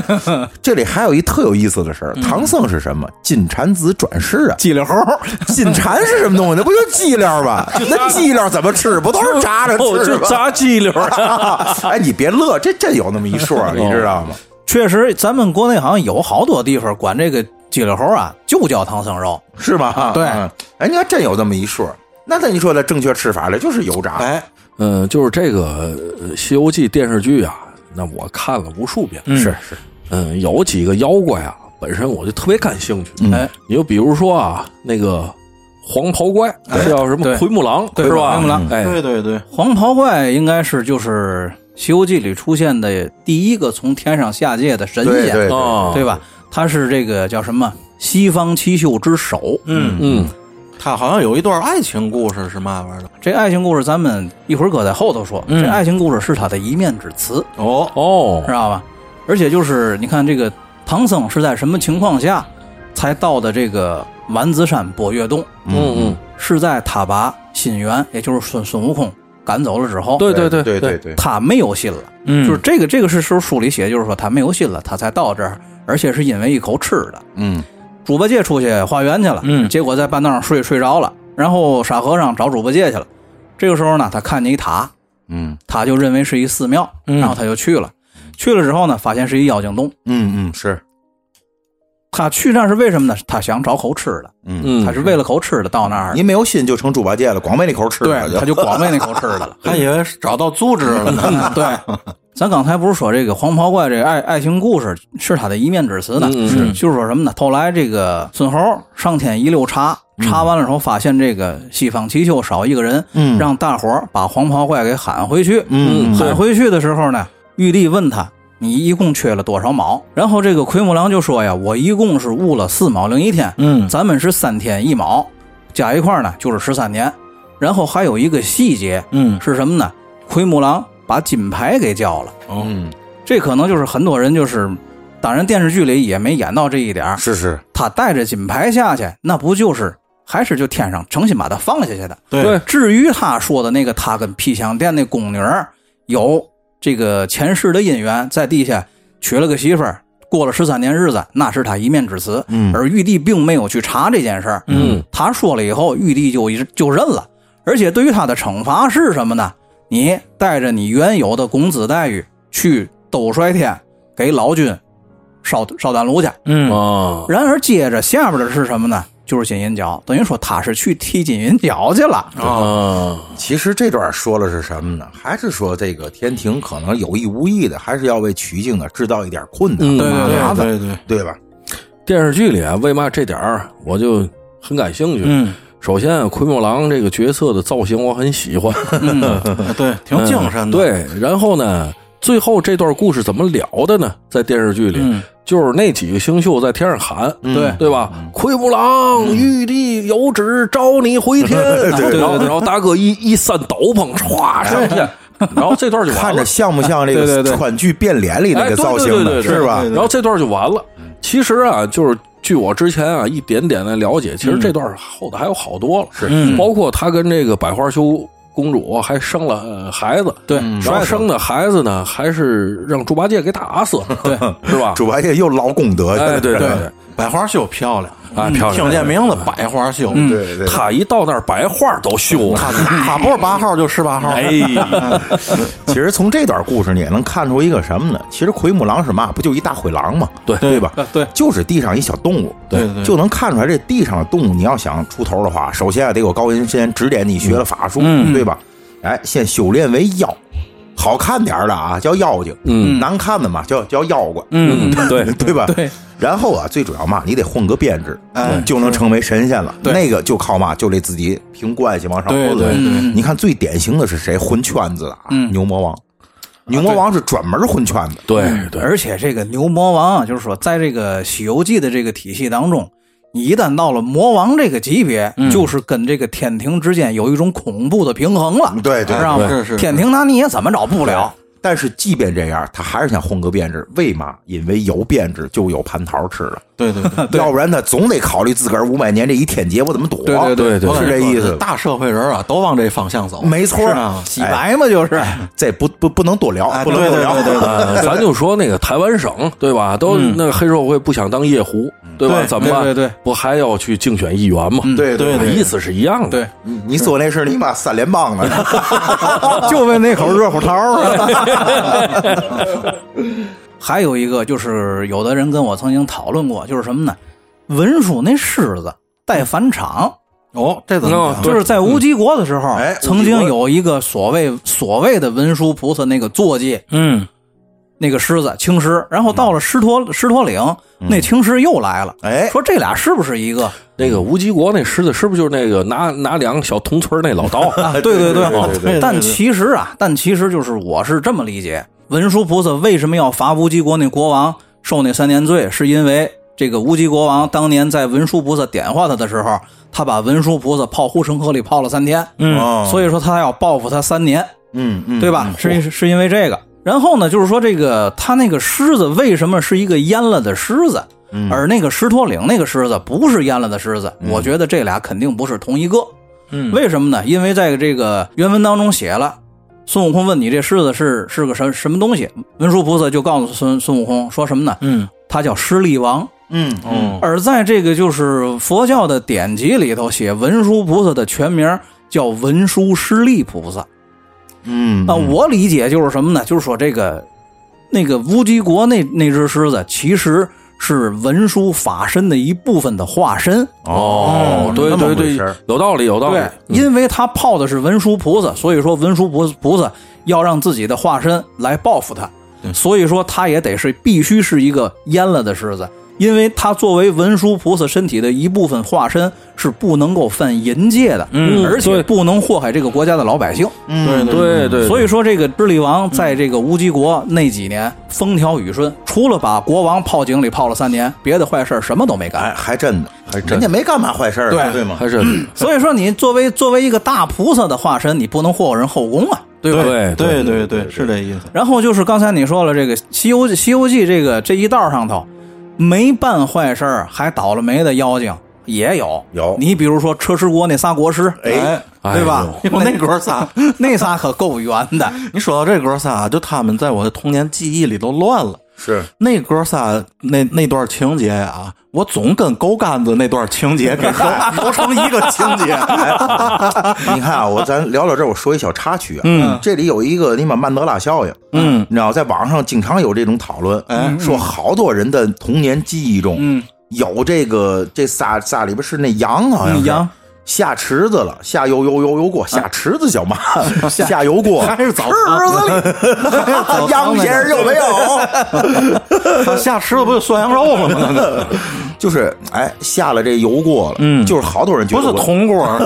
B: 这里还有一特有意思的事儿，唐僧是什么？金蝉子转世啊！
C: 鸡溜猴儿。
B: 金蝉是什么东西？那不就鸡料吗？那鸡料怎么吃？不都是炸着
D: 哦，
B: 吃
D: 就
B: 吗？
D: 炸鸡柳儿，
B: 哎，你别乐，这真有那么一说，啊你知道吗？
C: 确实，咱们国内好像有好多地方管这个鸡柳猴啊，就叫唐僧肉。
B: 是吗？
C: 对
B: 嗯哎，你看真有这么一说。那那你说的正确吃法了，就是油炸。
A: 哎，
D: 嗯，就是这个呃《西游记》电视剧啊，那我看了无数遍。
A: 是
D: 是，嗯，有几个妖怪啊，本身我就特别感兴趣。
C: 哎，
D: 你就比如说啊，那个黄袍怪，这叫什么
C: 对
D: 奎木狼，
C: 对
D: 是吧？
C: 奎木狼
D: 哎，
A: 对对对，
C: 嗯黄袍怪应该是就是《西游记》里出现的第一个从天上下界的神仙，
B: 对对对
D: 啊，
C: 对吧？他是这个叫什么西方七秀之首。
A: 嗯，
D: 嗯，
A: 他好像有一段爱情故事是嘛玩意儿的？
C: 这爱情故事咱们一会儿搁在后头说。
A: 嗯
C: 这爱情故事是他的一面之词，
A: 哦，
D: 哦
C: 知，道吧？而且就是你看这个唐僧是在什么情况下才到的这个丸子山波月洞？
D: 嗯嗯，
C: 是在他把心猿，也就是孙孙悟空赶走了之后，
D: 对对
B: 对
D: 对，
B: 对，
C: 他没有心了。
A: 嗯
C: 就是这个这个是时候书里写，就是说他没有心了，他才到这儿，而且是因为一口吃的。
B: 嗯，
C: 猪八戒出去化缘去了，
A: 嗯
C: 结果在半道上睡睡着了，然后傻和尚找猪八戒去了。这个时候呢，他看见一塔，
B: 嗯
C: 他就认为是一寺庙，
A: 嗯
C: 然后他就去了。去了之后呢，发现是一妖精洞。
B: 嗯嗯是，
C: 他去那是为什么呢？他想找口吃的，
B: 嗯，
D: 嗯，
C: 他是为了口吃的到那儿的，
B: 您没有心就成猪八戒了，光为那口吃了
C: 对，他就光为那口吃的了。
A: 还以为是找到组织了呢。
C: 嗯对，咱刚才不是说这个黄袍怪这爱爱情故事是他的一面之词呢？
D: 嗯嗯
A: 是
C: 就是说什么呢？后来这个孙猴上天一溜查，查完了之后发现这个西方七秀少一个人，
B: 嗯
C: 让大伙儿把黄袍怪给喊回去。
B: 嗯
C: 喊回去的时候呢，玉帝问他。你一共缺了多少毛？然后这个奎木狼就说呀：“我一共是悟了四毛零一天，
A: 嗯
C: 咱们是三天一毛，加一块儿呢就是十三年。然后还有一个细节，
A: 嗯，
C: 是什么呢？奎木狼把金牌给叫了，
A: 哦，
B: 嗯
C: 这可能就是很多人就是，当然电视剧里也没演到这一点儿
B: 是是，
C: 他带着金牌下去，那不就是还是就天上诚心把他放下去的？
A: 对，
C: 至于他说的那个他跟皮箱店那宫女儿有这个前世的姻缘，在地下娶了个媳妇儿，过了十三年日子，那是他一面之词。
B: 嗯
C: 而玉帝并没有去查这件事儿。
D: 嗯，
C: 他说了以后，玉帝就一就认了。而且对于他的惩罚是什么呢？你带着你原有的工资待遇去兜率天给老君烧烧丹炉去。
A: 嗯
D: 啊，
C: 然而接着下边的是什么呢？就是金银角，等于说他是去踢金银角去了。
D: 啊，
B: 其实这段说了是什么呢？还是说这个天庭可能有意无意的，还是要为取经啊制造一点困难、
D: 嗯
A: 对
B: 麻
A: 对
B: 烦，
A: 对对对，
B: 对吧？
D: 电视剧里啊，为嘛这点儿我就很感兴趣？
A: 嗯，
D: 首先啊，奎木狼这个角色的造型我很喜欢，
A: 嗯 对，挺精神的。
D: 对，然后呢，最后这段故事怎么聊的呢？在电视剧里，
A: 嗯
D: 就是那几个星宿在天上喊，
C: 对
D: 对吧？奎木狼，玉帝有旨，召你回天。
A: 嗯
C: 对
D: 然后，然后大哥一一扇斗篷，歘上去，然后这段就完
B: 看
D: 了
B: 着。像不像这
C: 对对
B: 个
C: 对
B: 川剧变脸里那
D: 哎
B: 个
D: 对
B: 造型
D: 对对对
B: 呢？
D: 对
B: 是吧？
A: 对
D: 然后这段就完了。其实啊，就是据我之前啊一点点的了解，其实这段后头还有好多了，是、包括他跟这个百花羞公主还生了、呃孩子，
C: 对
D: 然后生的孩子呢，还是让猪八戒给打死了，对，是吧？
B: 猪八戒又捞功德去了，
D: 哎，对对
B: 对
A: 百花羞漂亮，
D: 啊，漂亮！
A: 嗯听这名字百花羞，
B: 对对，
D: 他一到那儿，白花都羞了。
A: 他他不是八号就是八号，
D: 哎，
B: 其实从这段故事你也能看出一个什么呢？其实奎木狼是嘛？不就一大灰狼嘛？
D: 对
B: 对吧？
C: 对，
B: 就是地上一小动物，
A: 对对对
B: 就能看出来这地上的动物，你要想出头的话，首先啊得有高人先指点你学了法术，对吧？哎，先修炼为妖，好看点儿的啊叫妖精，
D: 嗯，
B: 难看的嘛叫叫妖怪，
D: 嗯， 对，
B: 对吧？
C: 对。
B: 然后啊，最主要嘛，你得混个编制，
A: 哎
B: 就能成为神仙了。
C: 对
B: 那个就靠嘛，就得自己凭关系往上
A: 对
B: 混。
A: 对
C: 对
B: 你看最典型的是谁？混圈子的啊，牛魔王。牛魔王是专门混圈子，
D: 对对，
C: 而且这个牛魔王啊，就是说，在这个《西游记》的这个体系当中，你一旦到了魔王这个级别，就是跟这个天庭之间有一种恐怖的平衡了。
B: 对对
C: 知道吗？
A: 对是是
C: 天庭拿你也怎么找不了。
B: 但是即便这样，他还是想混个编制。为嘛？因为有编制就有蟠桃吃了，
A: 对对对。
B: 要不然他总得考虑自个儿五百年这一天劫我怎么躲。
D: 对对对
A: 我
B: 是
A: 感觉
B: 这意思。
A: 大社会人啊，都往这方向走，
B: 没错
A: 是啊，
C: 洗白嘛，就是
B: 这不不不能多聊，
A: 哎
B: 不能
A: 对
B: 多聊。
A: 对对对对
D: 呃，咱就说那个台湾省，对吧？都那个黑社会不想当夜壶，
B: 嗯
D: 对吧？
A: 对
D: 怎么办？
C: 对对对
D: 不还要去竞选议员吗？
B: 对对
A: 对
D: 意思是一样的。
C: 对，
B: 你你说那是你妈三连棒呢？
C: 就为那口热乎桃儿。啊还有一个就是，有的人跟我曾经讨论过，就是什么呢？文殊那狮子带返场，
A: 哦，这怎么
D: 哦
A: 讲？
D: 对
C: 嗯就是在无极国的时候，
B: 哎
C: 曾经有一个所谓所谓的文殊菩萨那个坐骑，
A: 嗯，
C: 那个狮子青狮，然后到了狮驼狮驼岭，那青狮又来了，
B: 嗯哎，
C: 说这俩是不是一 个？
D: 那个无极国那狮子是不是就是那个拿拿两个小铜锤儿那 老刀？
C: 啊，对对对，
B: 哎对对对
A: 对
C: 但其实啊，但其实就是我是这么理解，文殊菩萨为什么要罚无极国那国王受那三年罪，是因为这个无极国王当年在文殊菩萨点化他的时候，他把文殊菩萨泡护城河里泡了三天，
B: 哦
C: 所以说他要报复他三年，
B: 嗯嗯，
C: 对吧？是是因为这个。然后呢，就是说这个他那个狮子为什么是一个淹了的狮子，而那个狮驼岭那个狮子不是淹了的狮子？我觉得这俩肯定不是同一个。
A: 嗯
C: 为什么呢？因为在这个原文当中写了，孙悟空问你这狮子是是个什什么东西，文殊菩萨就告诉孙孙悟空说什么呢？
A: 嗯，
C: 他叫狮力王。
B: 嗯
A: 哦，
C: 而在这个就是佛教的典籍里头写文殊菩萨的全名叫文殊师利菩萨。
B: 嗯
C: 那我理解就是什么呢？就是说这个那个乌鸡国那那只狮子，其实是文殊法身的一部分的化身。
B: 哦，
D: 对
B: 那么回
D: 对对
B: 事儿，
D: 有道理，有道理嗯
C: 对。，因为他泡的是文殊菩萨，所以说文殊菩菩萨要让自己的化身来报复他，所以说他也得是必须是一个阉了的狮子，因为他作为文殊菩萨身体的一部分化身是不能够犯淫戒的，
A: 嗯
C: 而且不能祸害这个国家的老百姓。
B: 嗯
D: 对对对，
C: 所以说，这个智利王在这个乌鸡国那几年风调雨顺，除了把国王泡井里泡了三年，别的坏事儿什么都没干。
B: 哎，还真的，还真，人家没干嘛坏事儿，
C: 对
B: 对吗？
D: 还是
C: 所以说，你作为作为一个大菩萨的化身，你不能祸人后宫啊，对吧？
D: 对
A: 对对对，是这意思。
C: 然后就是刚才你说了，这个《西游记》《西游记》这个这一道上头，没办坏事儿还倒了霉的妖精也有。
B: 有
C: 你比如说车迟国那仨国师，
B: 哎，
D: 哎
C: 对吧？
A: 有那哥仨，
C: 那仨可够圆的。
A: 你说到这哥仨，啊就他们在我的童年记忆里都乱了。
B: 是
A: 那哥仨那那段情节啊，我总跟狗杆子那段情节 给揉揉成一个情节。
B: 你看啊，我咱聊到这儿，我说一小插曲啊，嗯，这里有一个你妈曼德拉效应，嗯，你知道，在网上经常有这种讨论，嗯，说好多人的童年记忆中，嗯，有这个这仨仨里边是那羊好像是
C: 嗯羊
B: 下池子了，下游游游游过，下池子叫嘛？下游过，
A: 还是早
B: 池子 里，羊先生有没有？
A: 他下吃的不就涮羊肉了 吗？
B: 就是哎，下了这油锅了，嗯，就是好多人觉
A: 不
B: 得
A: 是铜锅儿，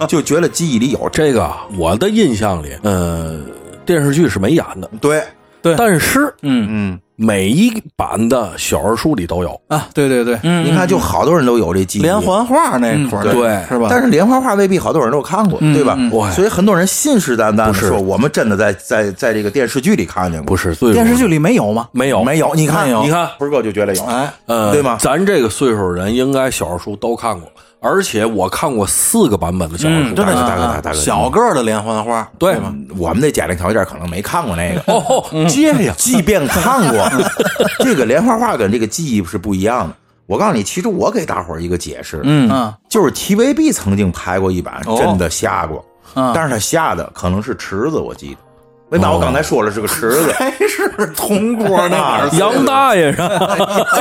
B: 我就觉得记忆里有这，
D: 这个啊我的印象里，呃，
B: 嗯
D: 电视剧是没演的，
B: 对，
C: 对
D: 但是
A: 嗯，
B: 嗯，
D: 每一版的小人书里都有。
C: 啊，对对对，
A: 嗯
B: 你看，就好多人都有这记忆，
A: 连环画那块儿，
D: 嗯对
A: 是吧？嗯
B: 但是莲花画未必好多人都看过，对吧？
D: 哇
B: 所以很多人信誓旦旦的
D: 不是
B: 说，我们真的在在在这个电视剧里看见过，
D: 不是最
C: 电视剧里没有吗？
D: 没有
B: 没有？你看
D: 没有你看
B: 坤哥就觉得有，
A: 哎，
D: 呃，
B: 对吗
D: 咱这个岁数人应该小人书都看过，而且我看过四个版本的小人书。
A: 嗯真的啊
B: 大哥大哥大哥大哥
A: 小个儿的连环画，
D: 对
A: 吗？
B: 我们那家庭条件可能没看过那个。嗯
D: 哦，接呀，
B: 即便看过，这个莲花画跟这个记忆是不一样的。我告诉你，其实我给大伙儿一个解释，嗯，
C: 嗯，
B: 就是 TVB 曾经拍过一版，真的下过，
C: 嗯
B: 但是他下的可能是池子，我记得。为嘛我刚才说了是个池子？
A: 还是铜锅那玩意儿
D: 杨大爷是吧？
C: 哎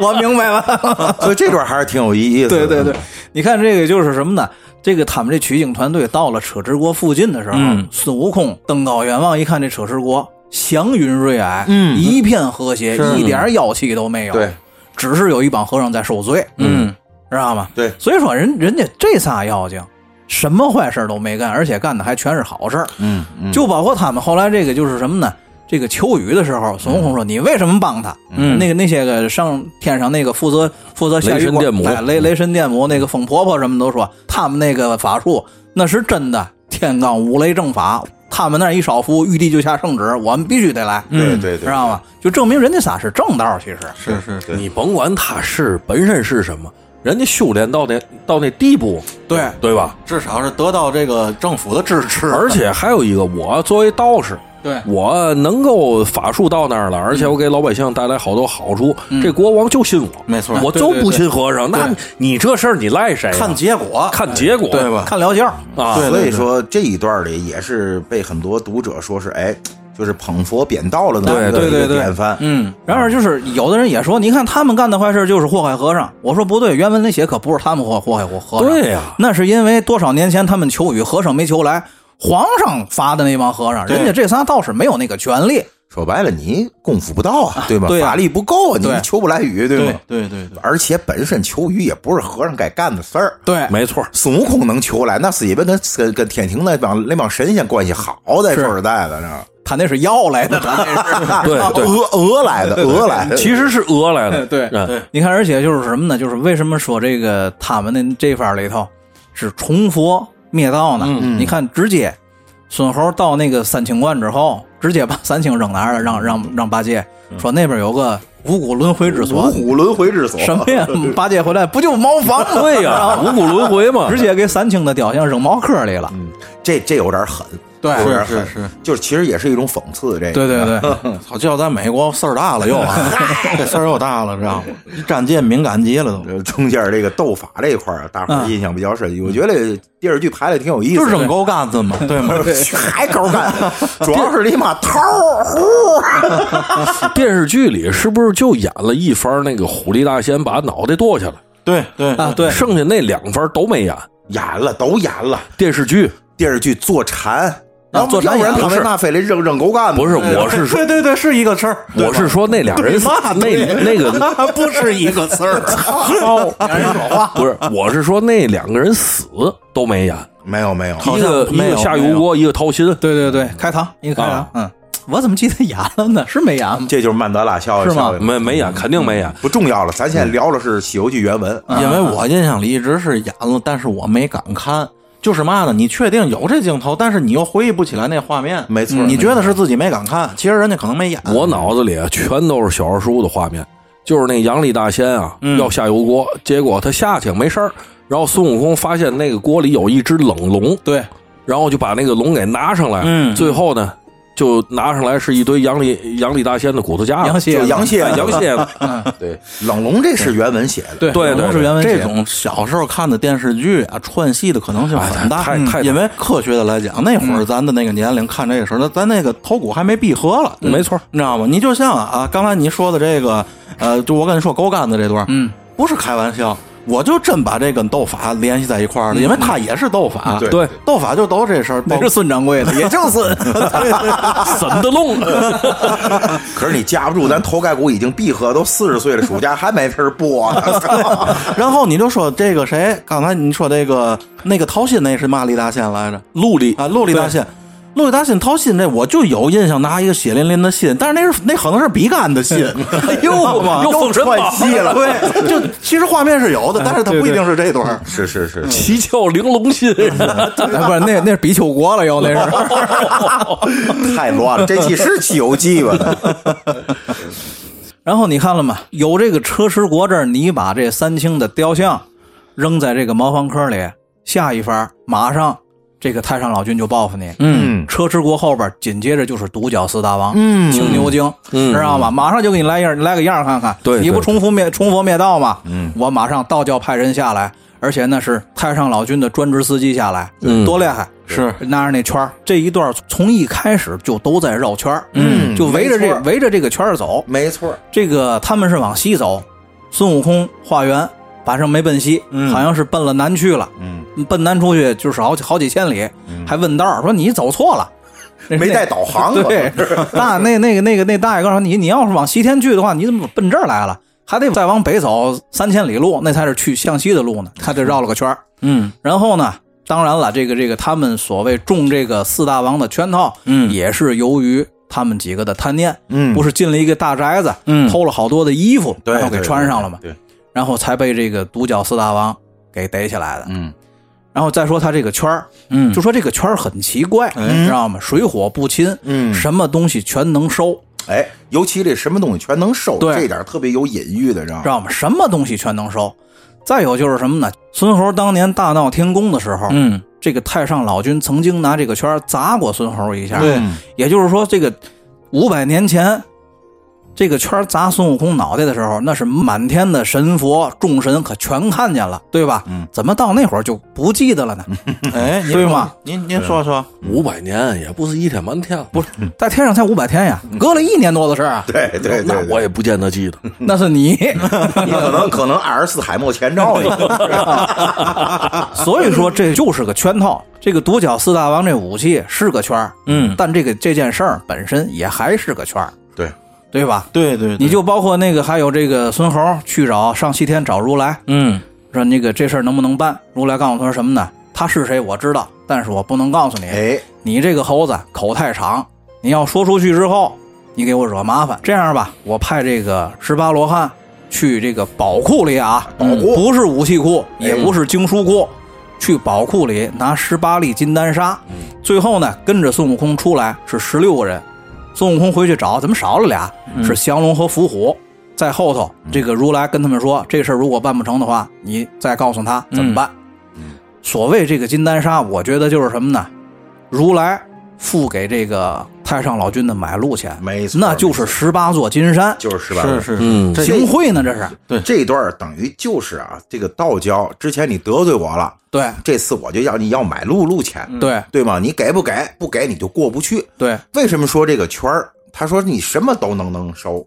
C: 呦，我明白了。
B: 所以这段还是挺有意思的。
C: 对对对，你看这个就是什么呢？这个他们这取景团队到了车迟国附近的时候，孙悟空登高远望一看，这车迟国祥云瑞霭，嗯，一片和谐，一点妖气都没有，
B: 对，
C: 只是有一帮和尚在受罪，嗯，知道吗？
B: 对
C: 所以说人人家这仨妖精。什么坏事都没干，而且干的还全是好事儿。嗯，就包括他们后来这个就是什么呢？这个求雨的时候，孙悟空说：“你为什么帮他？”嗯，那个那些个上天上那个负责负责下雨
D: 雷神
C: 管
D: 电母
C: 哎雷雷神电母那个疯婆婆什么都说，他们那个法术那是真的，天罡五雷正法，他们那儿一少夫，玉帝就下圣旨，我们必须得来，
B: 对嗯对对，
C: 知道吗？就证明人家仨是正道，其实
A: 是是是，
D: 你甭管他是本身是什么，人家修炼到那到那地步，
C: 对
D: 对吧？
A: 至少是得到这个政府的支持，
D: 而且还有一个，我作为道士，
C: 对
D: 我能够法术到那儿了，
A: 嗯
D: 而且我给老百姓带来好多好处，这国王就信我，
A: 没错
D: 我就不信和尚。那你这事儿你赖哎谁呀？啊
A: 看结果，
D: 看结果，
A: 对吧？
C: 看疗效。
D: 啊，
A: 对
B: 所以说这一段里也是被很多读者说是哎，就是捧佛贬道了
C: 对
B: 的
C: 对对对
B: 典范。
A: 嗯，
C: 然而，就是有的人也说，你看他们干的坏事就是祸害和尚。我说不对，原文里写可不是他们祸祸害和和尚，
D: 对呀
C: 那是因为多少年前他们求雨，和尚没求来，皇上罚的那帮和尚，
A: 对
C: 人家这仨道士没有那个权利。
B: 说白了，你功夫不到啊，对吧？
C: 对呀
B: 法力不够啊，你
C: 对
B: 求不来雨，对
A: 对
B: 吗？
A: 对对对，
B: 而且本身求雨也不是和尚该干的事儿。
C: 对，
D: 没错儿，
B: 孙悟空能求来，那是因为跟跟跟天庭那帮那帮神仙关系好在
C: 是
B: 说实在的，呢。
C: 他那是要来的，他那是。
D: 对对
B: 俄俄来的，俄来的，
D: 其实是讹来 的，
C: 对
D: 嗯
C: 啊你看，而且就是什么呢？就是为什么说这个他们的这番里头是崇佛灭道呢？
D: 嗯
A: 嗯
C: 你看，直接孙猴到那个三清观之后，直接把三清扔哪儿了？让让让八戒
D: 嗯
C: 说那边有个五谷轮回之所
B: 五，虎轮回之所，
C: 什么呀？八戒回来不就茅房吗？
D: 对呀，五谷轮回嘛，嗯
C: 直接给三清的雕像扔茅坑里了。
B: 这这有点狠，
C: 对
B: 有点
A: 是
B: 狠，
A: 是是，
B: 就是其实也是一种讽刺，这个
C: 对对对，
A: 操，就要在美国事儿大了又 啊，这事儿又大了，知道吗？一战舰敏感极了都，
B: 呃中间这个斗法这一块儿啊，大伙儿
C: 嗯
B: 印象比较深。我觉得电视剧拍的挺有意
A: 就
B: 思的，
A: 扔狗杆子嘛，对吗？
B: 还高 干，主要是你妈头儿呼，
D: 电视剧里是不是就演了一番那个狐狸大仙把脑袋剁下来，
A: 对对
C: 啊对
D: 剩下那两番都没演
B: 演了都演了，
D: 电视剧。
B: 电视剧坐禅。然后
C: 啊坐禅
B: 要不然
C: 演
B: 他为嘛非得扔扔狗干子？
D: 不是，我是说，
A: 对对嗯 对，是一个事儿，
D: 我是说那俩人
A: 嘛
D: 那 那个
A: 那不是一个事 儿，
C: 让人说话。
D: 不是，我是说那两个人死都没演，
B: 没有没有，
A: 好
D: 一
A: 像
D: 个一
A: 没有
D: 个下油锅，一个掏心。
C: 对对对，开膛，一个开膛
D: 啊。
C: 嗯，我怎么记得演了呢？是没演吗？
B: 这就是曼德拉效应，
C: 是吗嗯
B: 效应
D: 没没演，肯定没演。
B: 不重要了。咱现在聊的是《西游记》原文，
A: 因为我印象里一直是演了，但是我没敢看。就是嘛呢？你确定有这镜头，但是你又回忆不起来那画面，
B: 没
A: 嗯
B: 错没错
A: 你觉得是自己没敢看，其实人家可能没演。
D: 我脑子里啊全都是小二叔的画面，就是那杨丽大仙啊
A: 嗯
D: 要下油锅，结果他下去没事儿，然后孙悟空发现那个锅里有一只冷龙，
C: 对，
D: 然后就把那个龙给拿上来，
A: 嗯
D: 最后呢就拿上来是一堆杨丽杨丽大仙的骨头架子，
C: 杨谢
B: 就杨谢
D: 哎杨谢子，
B: 对，冷龙这是原文写的，
C: 嗯对
D: 对对
C: 龙是
D: 对
C: 原文写
A: 这
C: 的
A: 种小时候看的电视剧啊，串戏的可能性很大，
D: 太太
A: 嗯
D: 太大
A: 因为科学的来讲，那会儿咱的那个年龄看这个时候，那咱那个头骨还没闭合了，
D: 没错，
A: 你知道吗？你就像啊，刚才你说的这个，呃，就我跟你说狗干的这段，嗯，不是开玩笑，我就真把这跟斗法联系在一块儿了，因为它也是斗法，
B: 对
D: 对，
A: 斗法就都这事儿，包
C: 那是孙掌柜的，也 就是哎
D: 怎么的 弄？
B: 可是你架不住咱头盖骨已经闭合，都四十岁了，暑假还没法播 呢。
A: 然后你就说这个谁，刚才你说这个那个掏心那是嘛李大仙来着？
D: 陆力
A: 啊，陆力大仙，陆力大仙掏心这我就有印象，拿一个血淋淋的心，但是那是那可能是比干的心， 又嘛
D: 又封神榜
A: 串戏了，对，就其实画面是有的，但是它不一定是这段儿。
B: 是是
C: 嗯
B: 是，
D: 七窍玲珑心，
C: 哎不是那那是比丘国了，又那 是。
B: 太乱了，这期是《西游记》 吧？
C: 然后你看了吗？有这个车迟国这儿，你把这三清的雕像扔在这个茅房坑里，下一番马上这个太上老君就报复你。
B: 嗯，
C: 车迟国后边紧接着就是独角四大王，嗯，青牛精，知道吗？马上就给你来样，来个样看看。
D: 对
C: 你不
D: 对
C: 重佛灭重佛灭道吗？嗯，我马上道教派人下来，而且那是太上老君的专职司机下来，
D: 嗯
C: 多厉害！
A: 是
C: 拿着那圈儿，这一段从一开始就都在绕圈儿，嗯，就围着
B: 没
C: 这
B: 错
C: 围着这个圈儿走。
B: 没错，
C: 这个他们是往西走，孙悟空化缘，反正没奔西，好像是奔了南去了，
B: 嗯，
C: 奔南出去就是好几好几千里，还问道儿说你走错了。
B: 没带导航吧，
C: 对，大那那个那个那大爷告诉你，你要是往西天去的话，你怎么奔这儿来了？还得再往北走三千里路，那才是去向西的路呢。他这绕了个圈儿。
A: 嗯，
C: 然后呢，当然了，这个这个他们所谓中这个四大王的圈套，
A: 嗯
C: 也是由于他们几个的贪念，
B: 嗯
C: 不是进了一个大宅子，
A: 嗯
C: 偷了好多的衣服，
B: 对，
C: 然后给
B: 对
C: 穿上了嘛，
B: 对，对
C: 然后才被这个独角四大王给逮起来的。
B: 嗯，
C: 然后再说他这个圈儿，
A: 嗯
C: 就说这个圈儿很奇怪，你知道吗？水火不侵，
B: 嗯
C: 什么东西全能收，
B: 哎，尤其这什么东西全能收，
C: 对
B: 这点特别有隐喻的，知道
C: 知
B: 吗？
C: 道吗？什么东西全能收。再有就是什么呢？孙猴当年大闹天宫的时候，
A: 嗯，
C: 这个太上老君曾经拿这个圈儿砸过孙猴一下，
A: 对，
C: 也就是说，这个五百年前这个圈砸孙悟空脑袋的时候，那是满天的神佛众神可全看见了，对吧？嗯，怎么到那会儿就不记得了呢？
A: 哎，您
C: 对吗？
A: 您您说说，
D: 五百年也不是一天半天，不是，
C: 在天上才五百天呀，隔了一年多的事儿啊，
B: 对对
D: 那
B: 对，
D: 我也不见得记得。
C: 那是你。
B: 你可能可能二十四海没前兆 呢。
C: 所以说这就是个圈套。这个独角四大王这武器是个圈儿，嗯，但这个这件事儿本身也还是个圈儿，
B: 对，
C: 对吧？
A: 对对，对
C: 你就包括那个还有这个孙猴去找上西天找如来，
A: 嗯，
C: 说那个这事儿能不能办？如来告诉他什么呢？他是谁我知道，但是我不能告诉你。
B: 哎，
C: 你这个猴子口太长，你要说出去之后，你给我惹麻烦。这样吧，我派这个十八罗汉去这个宝库里啊，宝
B: 库哎
C: 不是武器库，也不是经书库，去宝库里拿十八粒金丹砂。
B: 嗯
C: 最后呢，跟着孙悟空出来是十六个人，孙悟空回去找，怎么少了俩？
B: 嗯
C: 是降龙和伏虎。在后头，这个如来跟他们说，这事儿如果办不成的话，你再告诉他
B: 嗯
C: 怎么办。所谓这个金丹砂，我觉得就是什么呢？如来付给这个太上老君的买路钱，
B: 没错
C: 那就是十八座金山，
B: 就是十八。
A: 是是，
D: 嗯
A: 这
C: 行贿呢，这是
B: 这一段儿等于就是啊，这个道教之前你得罪我了，
C: 对
B: 这次我就要你要买路路钱，
C: 对
B: 对吗？你给不给？不给你就过不去。
C: 嗯对，
B: 为什么说这个圈儿？他说你什么都能能收，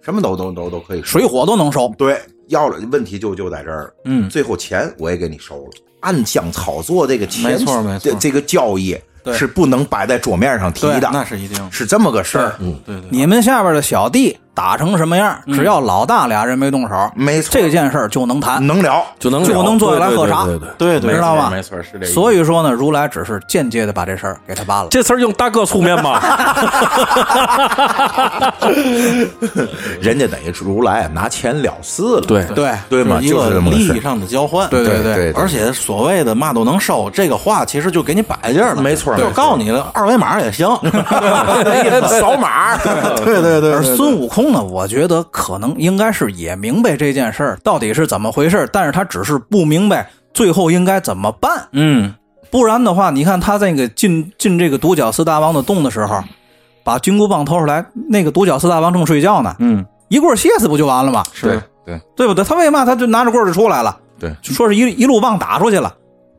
B: 什么都都都都可以收。
C: 水火都能收，
B: 对，要了问题就就在这儿了。
A: 嗯
B: 最后钱我也给你收了。暗箱操作这个钱，
A: 没错没错
B: 这这个交易
C: 对
B: 是不能摆在桌面上提
C: 对
B: 的，
A: 那是一定，
B: 是这么个事儿。
A: 对嗯对，
C: 你们下边的小弟打成什么样，
B: 嗯
C: 只要老大俩人没动手，
A: 嗯
B: 没错，
C: 这件事儿就能谈，
B: 能聊，
D: 就能
C: 就
D: 聊
C: 能坐下
D: 对
C: 来
D: 对
C: 喝
D: 对
C: 茶
D: 对对对
A: 对对
C: 知道吗？
B: 错，是这
C: 所以说呢，如来只是间接的把这事儿给他办了。
D: 这词儿用大哥出面 吧，
B: 人家等于如来啊拿钱了事了，
D: 对
C: 对
B: 对吗？
A: 一
B: 就是
A: 个
B: 这么个
A: 利
B: 事
A: 益
B: 儿。
A: 上的交换，
C: 对
B: 对
C: 对
B: 对，
A: 而且所谓的嘛都能收，这个话其实就给你摆劲儿了，
B: 没错
A: 就
B: 没错
A: 告诉你了，二维码也行，
B: 扫码，
A: 对对对
C: 而孙悟空呢，我觉得可能应该是也明白这件事儿到底是怎么回事儿，但是他只是不明白最后应该怎么办。
A: 嗯，
C: 不然的话，你看他那个进进这个独角四大王的洞的时候，把金箍棒掏出来，那个独角四大王正睡觉呢，
A: 嗯，
C: 一棍儿歇死不就完了吗？
A: 是
B: 对
C: 对不对？他为嘛他就拿着棍儿就出来了？
B: 对，
C: 说是一一路棒打出去了，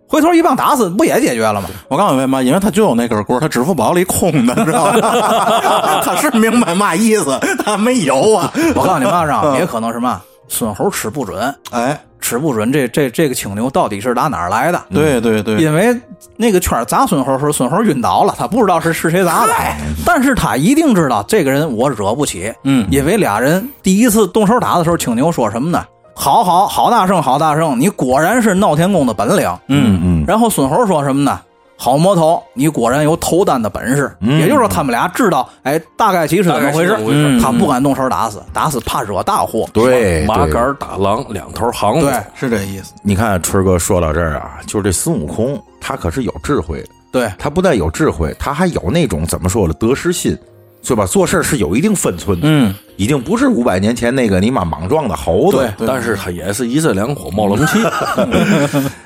C: 回头一棒打死，不也解决了吗？
A: 我告诉你为嘛？因为他就有那根棍儿，他支付宝里空的，你知道 吗？他是明白嘛意思，他没有啊。
C: 我告诉你，嘛上 也可能什么孙猴吃不准，
A: 哎，
C: 吃不准这这这个青牛到底是打哪儿来的？
A: 对对对，
C: 因为那个圈儿砸孙猴时候，孙猴晕倒了，他不知道是是谁砸的，但是他一定知道这个人我惹不起。嗯，因为俩人第一次动手打的时候，青牛说什么呢？好好好大圣，好大圣，你果然是闹天宫的本领。嗯嗯。然后孙猴说什么呢？好魔头，你果然有投丹的本事。也就是说，他们俩知道，哎，大概其是怎么回事
D: 嗯大概是怎么回
B: 嗯
D: 事。
C: 他不敢动手打死，打死怕惹大祸。
B: 对
D: 麻杆
B: 对
D: 儿打狼，两头行。
C: 对
A: 是这意思。
B: 你看春哥说到这儿啊，就是这孙悟空，他可是有智慧的。
C: 对
B: 他不但有智慧，他还有那种怎么说了得失心，对吧？做事是有一定分寸的，嗯，已经不是五百年前那个你妈莽撞的猴子。
D: 对，但是他也是一阵两火冒冷气。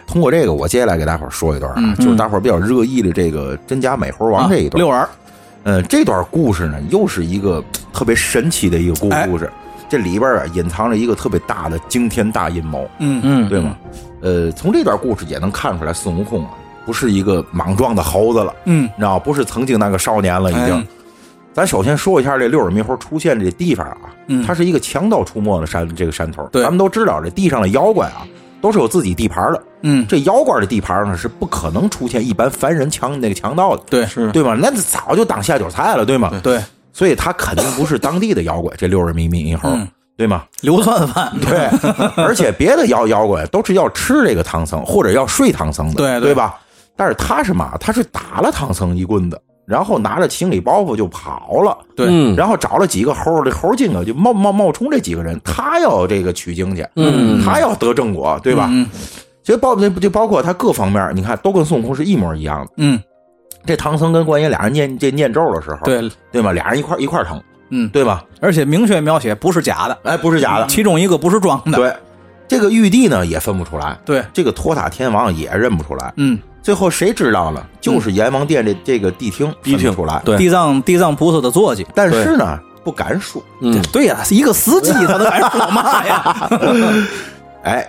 B: 通过这个，我接下来给大伙儿说一段啊，就是大伙儿比较热议的这个真假美猴
C: 啊
B: 王这一段。
C: 六耳，
B: 嗯，这段故事呢，又是一个特别神奇的一个故
C: 哎
B: 故事，这里边啊隐藏着一个特别大的惊天大阴谋。
C: 嗯
A: 嗯，
B: 对吗？呃，从这段故事也能看出来，孙悟空啊，不是一个莽撞的猴子了，
C: 嗯，
B: 你知道，不是曾经那个少年了，已经。
A: 哎
B: 咱首先说一下这六耳猕猴出现这地方啊，
C: 嗯
B: 它是一个强盗出没的山，这个山头，
C: 对
B: 咱们都知道，这地上的妖怪啊，都是有自己地盘的。
C: 嗯，
B: 这妖怪的地盘呢，是不可能出现一般凡人强那个强盗的，
C: 对
A: 是
B: 对吗？那早就当下酒菜了，对吗？
C: 嗯对，
B: 所以他肯定不是当地的妖怪，这六耳猕猕猴，对吗？
C: 流窜犯，
B: 对，而且别的妖妖怪都是要吃这个唐僧或者要睡唐僧的，
C: 对
B: 对
C: 对
B: 吧？但是他是嘛？他是打了唐僧一棍子，然后拿着行李包袱就跑了。
C: 对
D: 嗯
B: 然后找了几个猴儿，这猴儿精啊就冒冒冒充这几个人，他要这个取经去，
D: 嗯
B: 他要得正果，对吧？
C: 嗯
B: 所以包就包括他各方面，你看都跟孙悟空是一模一样的。
C: 嗯，
B: 这唐僧跟观音俩人念这念咒的时候，
C: 对，
B: 对吧？俩人一块一块疼，
C: 嗯
B: 对吧？
C: 而且明确描写不是假的，
B: 哎，不是假的，
C: 其中一个不是装的。
B: 对，这个玉帝呢也分不出来，
C: 对，
B: 这个托塔天王也认不出来。
C: 嗯，
B: 最后谁知道了？就是阎王殿这这个谛听
D: 谛听
B: 分不出来。
D: 对
C: 地藏地藏菩萨的坐骑，
B: 但是呢，不敢说。
D: 嗯
C: 对呀、一个司机他都敢说嘛呀？
B: 哎，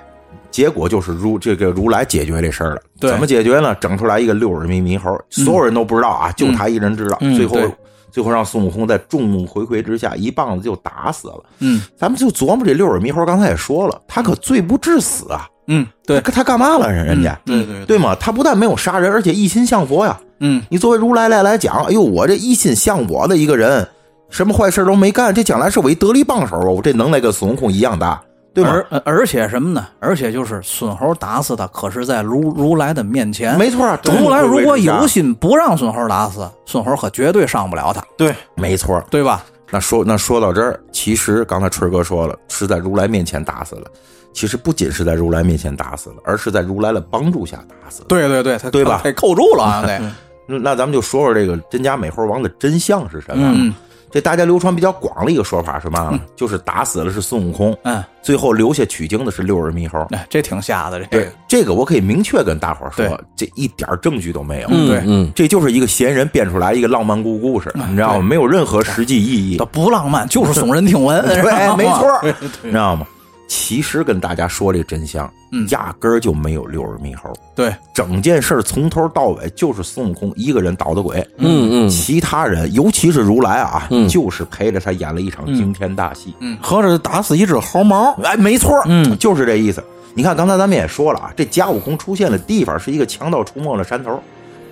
B: 结果就是如这个如来解决这事儿了。
C: 对嗯
B: 怎么解决呢？整出来一个六耳猕猕猴，所有人都不知道啊，就他一人知道。最后
D: 对，
B: 最后让孙悟空在众目睽睽之下一棒子就打死了。
C: 嗯
B: 咱们就琢磨这六耳猕猴，刚才也说了，他可罪不至死啊，
C: 嗯，对，
B: 他他干嘛了人人家？
A: 对对
B: 对吗？他不但没有杀人，而且一心向佛呀。
C: 嗯
B: 你作为如来来来讲，哎呦，我这一心向我的一个人，什么坏事都没干，这将来是我一得力帮手啊！我这能耐跟孙悟空一样大，对吗？
C: 而呃而且什么呢？而且就是孙猴打死他，可是在如如来的面前。
B: 没错，
C: 如来如果有
B: 戏，
C: 心不让孙猴打死，孙猴可绝对伤不了他，
A: 对，
B: 没错。
C: 对吧？
B: 那说那说到这儿，其实刚才春哥说了，是在如来面前打死了。其实不仅是在如来面前打死了，而是在如来的帮助下打死的。
C: 对对对，他
B: 对吧
C: 给扣 住了啊，得，
B: 那那咱们就说说这个真假美猴王的真相是什么？啊
C: 嗯
B: 这大家流传比较广的一个说法是嘛呢？就是打死了是孙悟空，
C: 嗯，
B: 最后留下取经的是六耳猕猴。
C: 哎，这挺瞎的，这
B: 对，这个我可以明确跟大伙儿说
C: 对，
B: 这一点儿证据都没有。
C: 嗯对啊
D: 嗯，
B: 这就是一个闲人编出来一个浪漫故故事，你知道吗？没有任何实际意义
C: 都。不浪漫，就是耸人 听闻，是吧
B: 对，没错，儿，你
C: 对
B: 知道吗？其实跟大家说这真相，
C: 嗯
B: 压根儿就没有六耳猕猴。
C: 对，
B: 整件事儿从头到尾就是孙悟空一个人捣的鬼，
D: 嗯嗯
B: 其他人尤其是如来啊，
D: 嗯
B: 就是陪着他演了一
C: 嗯
B: 场惊天大戏。
A: 合着打死一只猴毛，
B: 哎，没错，
C: 嗯，
B: 就是这意思。你看，刚才咱们也说了啊，这假悟空出现的地方是一个强盗出没的山头。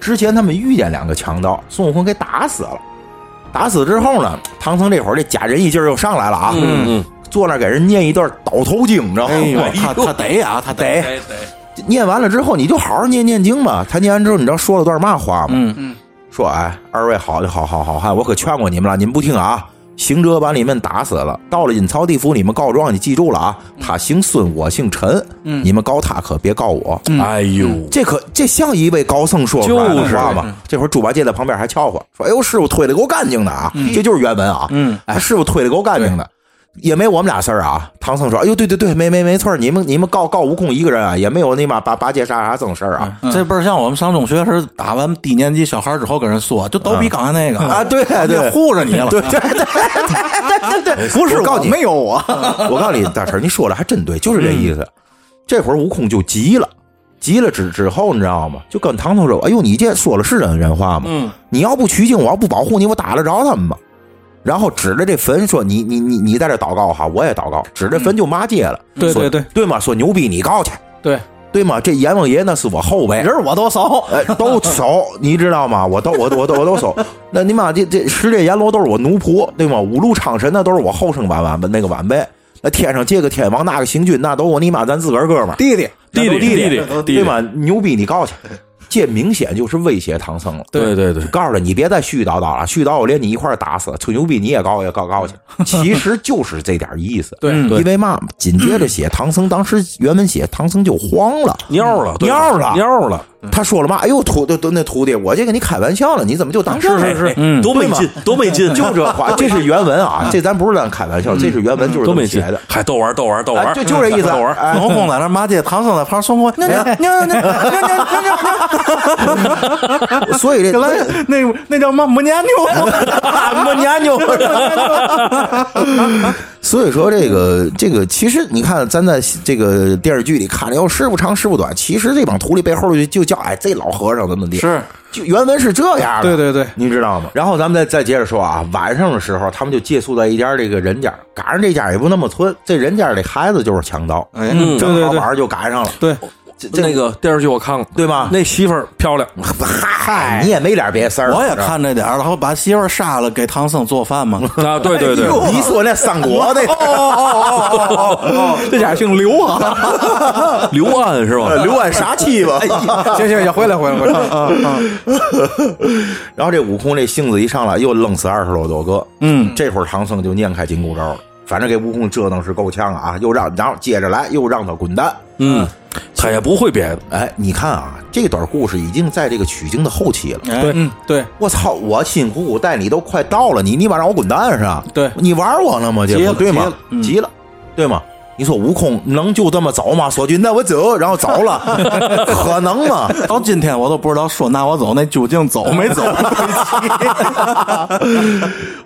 B: 之前他们遇见两个强盗，孙悟空给打死了。打死之后呢，唐僧这会儿这假仁义劲儿又上来了啊，
D: 嗯嗯，
B: 坐那儿给人念一段倒头经，你知道吗？
A: 哎 呦，他他得啊，他得，
D: 得得，
B: 念完了之后，你就好好念念经吧。他念完之后，你知道说了段嘛话吗？
A: 嗯
C: 嗯，
B: 说哎，二位好好好好汉，我可劝过你们了，你们不听啊。行者把你们打死了，到了隐曹地府，你们告状，你记住了啊。他姓孙，我姓陈，
C: 嗯
B: 你们告他可别告我。
D: 哎呦，
B: 这可这像一位高僧说出来
D: 就
B: 的
D: 是嗯
B: 话吗？这会儿猪八戒在旁边还俏话说：“哎呦，师傅推的够干净的啊！”这就是原文啊，
A: 嗯，
B: 哎，师傅推的够干净的，也没我们俩事儿啊。唐僧说：“哎呦，对对对，没没没错儿，你们你们告告悟空一个人啊，也没有那嘛八八戒啥啥正事儿啊。
A: 这倍儿像我们上中学时打完低年级小孩之后跟人说，就都比刚才
D: 嗯
A: 那个哎
B: 啊对对
A: 护着你了，
B: 对对对对对对，不是我告诉你，
C: 没有我， 嗯
B: 我告诉你，大婶，你说的还真对，就是这意思。这会儿悟空就急了，急了之之后，你知道吗？就跟唐僧说：“哎呦，你这说了是人人话吗？
A: 嗯，
B: 你要不取经，我要不保护你，我打得着他们吗？”然后指着这坟说：“你你你你在这祷告哈，我也祷告。”指着坟就骂街了，
C: 嗯对
B: 说
C: 对对
B: 对吗？说牛逼，你告去，
C: 对，
B: 对吗？这阎王爷那是我后辈，
C: 人我都熟，
B: 哎，都搜，你知道吗？我都我都我都我都搜。那你妈这这十界阎罗都是我奴仆，对吗？五路昌神那都是我后生晚晚那个晚辈。那天上这个天王那个行君，那都我你妈咱自个儿哥们儿，
C: 弟弟，
D: 弟弟弟弟
B: 对吗？牛逼，你告去，这明显就是威胁唐僧了。
D: 对对对，
B: 告诉他，你别再絮絮叨叨了，絮叨我连你一块儿打死，吹牛逼你也告也告 告去，其实就是这点意思。
D: 对对
B: 因为嘛，紧接着写唐僧，当时原文写唐僧就慌了，
D: 尿了，对吧
B: 尿了
D: 尿了，
E: 嗯
B: 他说了嘛，哎呦徒都都那徒弟，我这跟你开玩笑了，你怎么就当真了？
E: 是嗯是
B: 嗯
E: 是，多没劲，多没劲，
B: 就这话，这是原文啊，这咱不是咱开玩笑，这是原文，就是这
D: 都
B: 么
D: 没
B: 写
D: 劲
B: 的，，
D: 还逗玩儿逗玩儿逗玩
B: 哎
D: 儿，
B: 就 就这意思。
D: 逗玩儿。
B: 哎
A: 孙悟空在那骂街，唐僧在哎旁孙悟空，那那那那那那那
B: 所以这
A: 那那那叫嘛母娘牛，
B: 么娘牛。所以说这个这个，其实你看，咱在这个电视剧里看，哟，师傅长师傅短，其实这帮徒弟背后就就叫哎，这老和尚怎么地，
A: 是
B: 就原文是这样的，
C: 对对对，
B: 你知道吗？然后咱们再再接着说啊，晚上的时候他们就借宿在一家这个人家，赶上这家也不那么村，这人家这孩子就是强盗，嗯
A: 哎，
B: 正
C: 对
B: 好
C: 对对
B: 晚上就赶上了，
C: 对，
B: 这这
D: 那个电视剧我看了，
B: 对吗？
D: 那媳妇儿 漂亮，
B: 嗨，你也没点别事儿，
A: 我也看这点儿了，后把媳妇儿杀了给唐僧做饭嘛，
D: 啊，对对对，
B: 哟。你说那三国的
C: 这家姓刘啊，
D: 刘安是吧？
B: 呃刘安杀妻吧？
C: 行行行，回来回来回 来，
B: 然后这悟空这性子一上来，又愣死二十多多个。嗯，这会儿唐僧就念开紧箍咒了，反正给悟空折腾是够呛啊，又让然后接着来，又让他滚蛋。
D: 嗯，他也不会别的，
B: 哎，你看啊，这段故事已经在这个取经的后期了。
A: 对
C: 嗯，对，
B: 我操！我辛辛苦苦带你都快到了，你你妈让我滚蛋是吧？
C: 对
B: 你玩我呢吗？这
A: 急
B: 不
A: 了
B: 对
A: 急
B: 吗
A: 了？
B: 急了，对吗？你说悟空能就这么走吗？说句那我走，然后走了，可能吗？
A: 到今天我都不知道说那我走那究竟走没走。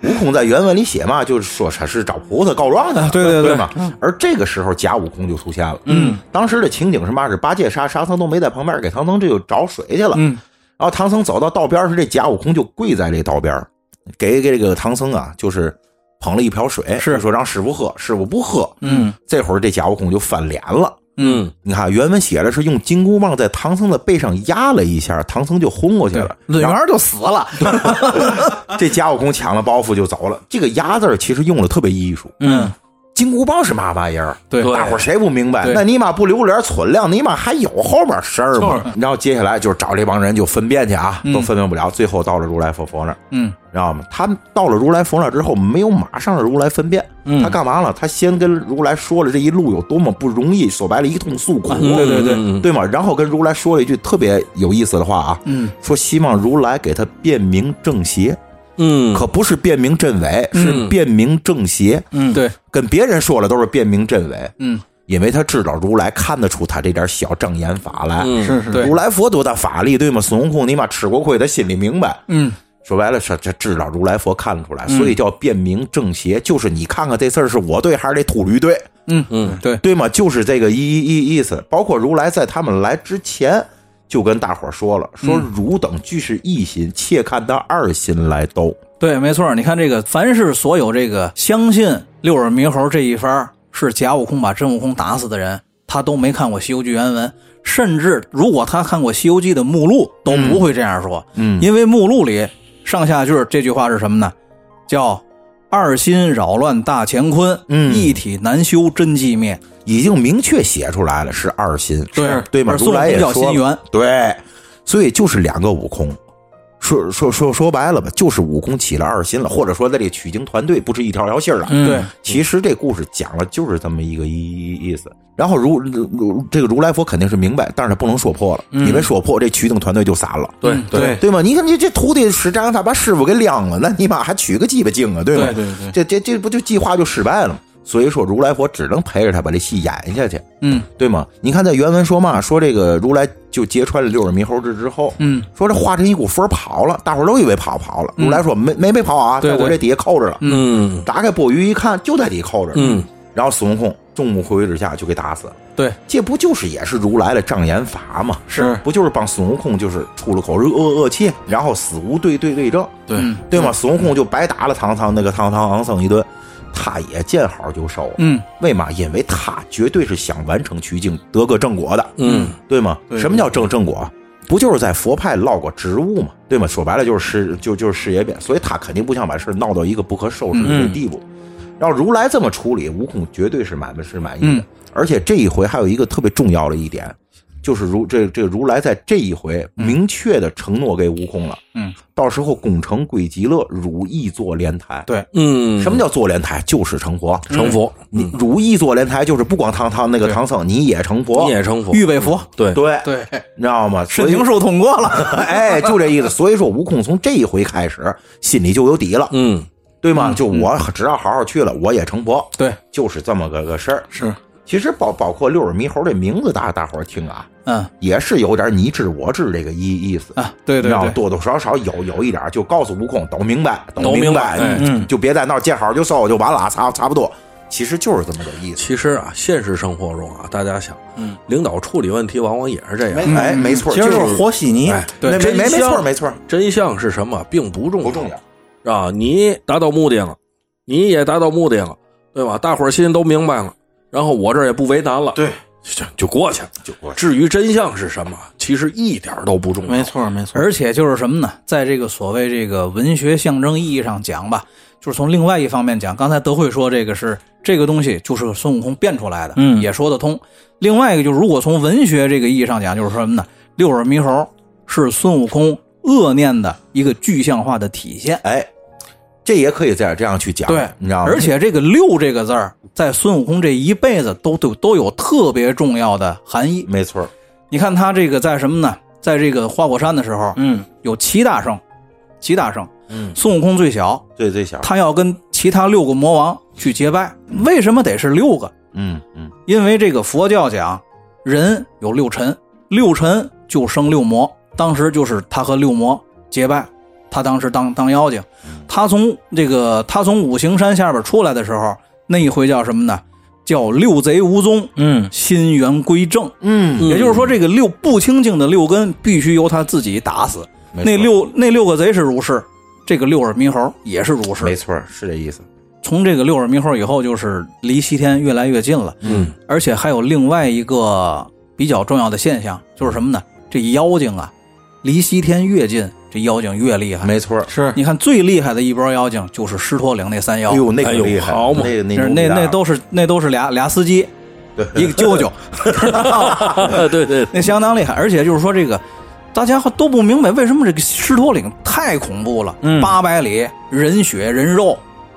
B: 悟空在原文里写嘛，就是说他是找菩萨告状的，
C: 对对
B: 对
C: 对
B: 嘛。而这个时候假悟空就出现了，嗯，当时的情景是嘛？是八戒、沙沙僧都没在旁边，给唐僧这就找水去了，嗯。然后唐僧走到道边时，这假悟空就跪在这道边儿，给给这个唐僧啊，就是捧了一瓢水，是说让师傅喝，师傅不喝，嗯。这会儿这假悟空就翻脸了。
D: 嗯，
B: 你看，原文写的是用金箍棒在唐僧的背上压了一下，唐僧就昏过去了。
C: 论元就死了，
B: 这假悟空抢了包袱就走了。这个“压”字儿其实用的特别艺术。
C: 嗯，
B: 金箍棒是嘛玩意儿？
C: 对
B: 大伙儿谁不明白？
C: 对
B: 那你妈不留点存量，你妈还有后面事儿吗？然后接下来就是找这帮人就分辨去啊，都分辨不了，最后到了如来佛佛那儿，
C: 嗯，
B: 知道吗？他们到了如来佛那儿之后，没有马上让如来分辨，他干嘛了？他先跟如来说了这一路有多么不容易，说白了，一通诉苦，嗯对
D: 对对
B: 对吗？然后跟如来说了一句特别有意思的话啊，嗯，说希望如来给他辨明正邪，
D: 嗯，
B: 可不是辨明正伪，是辨明正邪。
C: 嗯，对，
B: 跟别人说了都是辨明真伪，嗯，因为他知道如来看得出他这点小障眼法来，
D: 嗯
C: 是是对
B: 如来佛多大法力对吗？孙悟空你妈吃过亏，他心里明白，
C: 嗯，
B: 说白了是这知道如来佛看得出来，所以叫辨明正邪，就是你看看这事儿是我对还是这秃驴对，
C: 嗯嗯，对，
B: 对吗？就是这个意意意思。包括如来在他们来之前就跟大伙儿说了，说
C: 嗯
B: 汝等俱是一心，切看他二心来斗。
C: 对，没错儿。你看这个，凡是所有这个相信六耳猕猴这一番儿是假悟空把真悟空打死的人，他都没看过《西游记》原文，甚至如果他看过《西游记》的目录，都不会这样说。嗯，因为目录里上下句儿这句话是什么呢？叫“二心扰乱大乾坤，
B: 嗯
C: 一体难修真寂灭
B: 已经明确写出来了是二心，
C: 对
B: 是对吗？
C: 而
B: 如来也
C: 孙悟空叫
B: 说
C: 心
B: 了
C: 猿，
B: 对，所以就是两个悟空。说说说说白了吧，就是悟空起了二心了，或者说在这取经团队不是一条条线儿了。
C: 嗯对，
B: 其实这故事讲了就是这么一个意意思。然后如如这个如来佛肯定是明白，但是他不能说破了，因为说破这取经团队就散了。
D: 对对，
B: 对吗？你看这这徒弟使障眼法把师傅给晾了，那你妈还取个鸡巴经啊，对吗？
C: 对对
B: 这这这不就计划就失败了吗？所以说如来佛只能陪着他把这戏演下去，
C: 嗯，
B: 对吗？你看在原文说嘛，说这个如来就揭穿了六耳猕猴志之后，嗯，说这化成一股风跑了，大伙儿都以为跑跑了，如来说没没被跑啊，
C: 嗯对
B: 在我这
C: 对
B: 底下扣着了，
D: 嗯
B: 打开钵盂一看，就在底下扣着，
D: 嗯，
B: 然后孙悟空众目睽睽之下就给打死了。
C: 对，
B: 这不就是也是如来的障眼法吗？
C: 是
B: 不就是帮孙悟空就是出了口恶恶气，然后死无对对对证，
D: 对
B: 对吗？孙悟空就白打了唐僧那个唐唐唐僧一顿，他也见好就收。
C: 嗯，
B: 为嘛？因为他绝对是想完成取经得个正果的，
D: 嗯，
B: 对吗？什么叫正正果？不就是在佛派落过职务嘛，对吗？说白了就是事就就是事业变，所以他肯定不想把事儿闹到一个不可收拾的这地步。要如来这么处理，悟空绝对是满是满意的。而且这一回还有一个特别重要的一点，就是如这这个如来在这一回明确的承诺给悟空了，
C: 嗯，
B: 到时候功成归极乐，如意坐莲台。
C: 对
D: 嗯，
B: 什么叫坐莲台？就是成佛。
D: 成佛？
B: 你如意坐莲台，就是不光唐唐那个唐僧，你也成佛
D: 你。也成佛？
C: 预备佛
D: 对，
B: 对”，
C: 对，
B: 你知道吗？
C: 申
B: 所以
C: 请书通过了。
B: 哎，就这意思。所以说，悟空从这一回开始，心里就有底了，
D: 嗯
B: 对吗？就我只要好好去了，我也成佛，
C: 对，
B: 就是这么个个事儿。
C: 是，
B: 其实包包括六耳猕猴这名字，大大伙儿听啊，
C: 嗯
B: 也是有点你知我知这个意意思。
C: 啊，对对
B: 你知道
C: 对，
B: 多多少少有有一点儿，就告诉悟空都明白，
D: 都
B: 明
D: 明白哎
B: 嗯，就别在那儿见好就收就完了，啊差差不多，其实就是这么个意思。
D: 其实啊，现实生活中啊，大家想，嗯，领导处理问题往往也是这样。
B: 哎，没错，
A: 嗯其实
B: 就
A: 就是和稀泥，
D: 哎，
B: 没没
D: 真
B: 没没错
D: 相
B: 没错，
D: 真相是什么并不重要，
B: 不重要。
D: 要啊！你达到目的了，你也达到目的了，对吧？大伙儿心都明白了，然后我这儿也不为难了，
B: 对，
D: 就就过去了。
B: 就过去。
D: 至于真相是什么，其实一点儿都不重要。
A: 没错没错。
C: 而且就是什么呢？在这个所谓这个文学象征意义上讲吧，就是从另外一方面讲，刚才德惠说这个是这个东西就是孙悟空变出来的，嗯，也说得通。另外一个就是，如果从文学这个意义上讲，就是说什么呢？六耳猕猴是孙悟空恶念的一个具象化的体现。
B: 哎，这也可以这样这样去讲，
C: 对，
B: 你知道吗？
C: 而且这个“六”这个字儿，在孙悟空这一辈子都都都有特别重要的含义。
B: 没错，
C: 你看他这个在什么呢？在这个花果山的时候，
A: 嗯，
C: 有七大圣，七大圣，
B: 嗯，
C: 孙悟空最小，
B: 最最小，
C: 他要跟其他六个魔王去结拜，为什么得是六个？
B: 嗯嗯
C: 因为这个佛教讲人有六尘，六尘就生六魔。当时就是他和六魔结拜，他当时当当妖精。他从这个他从五行山下边出来的时候，那一回叫什么呢？叫六贼无踪，
A: 嗯，
C: 心源归正。
B: 嗯，
C: 也就是说，这个六不清净的六根必须由他自己打死。
B: 没错
C: 那六那六个贼是如是，这个六耳猕猴也是如是
B: 没。错，是这意思。
C: 从这个六耳猕猴以后，就是离西天越来越近了。
B: 嗯，
C: 而且还有另外一个比较重要的现象，就是什么呢？这妖精啊，离西天越近，这妖精越厉害。
B: 没错。
A: 是
C: 你看最厉害的一波妖精就是狮驼岭那三妖
B: 哎，呦，那可
D: 哎呦
B: 厉害，
D: 好嘛
B: 那个那
C: 那
B: 牛
C: 那
B: 逼大
C: 那都是那都是俩俩司机， 一个 舅舅，
D: 对对，
C: 那相当厉害。而且就是说这个，大家都不明白为什么这个狮驼岭太恐怖了，
B: 嗯
C: 八百里人血人肉，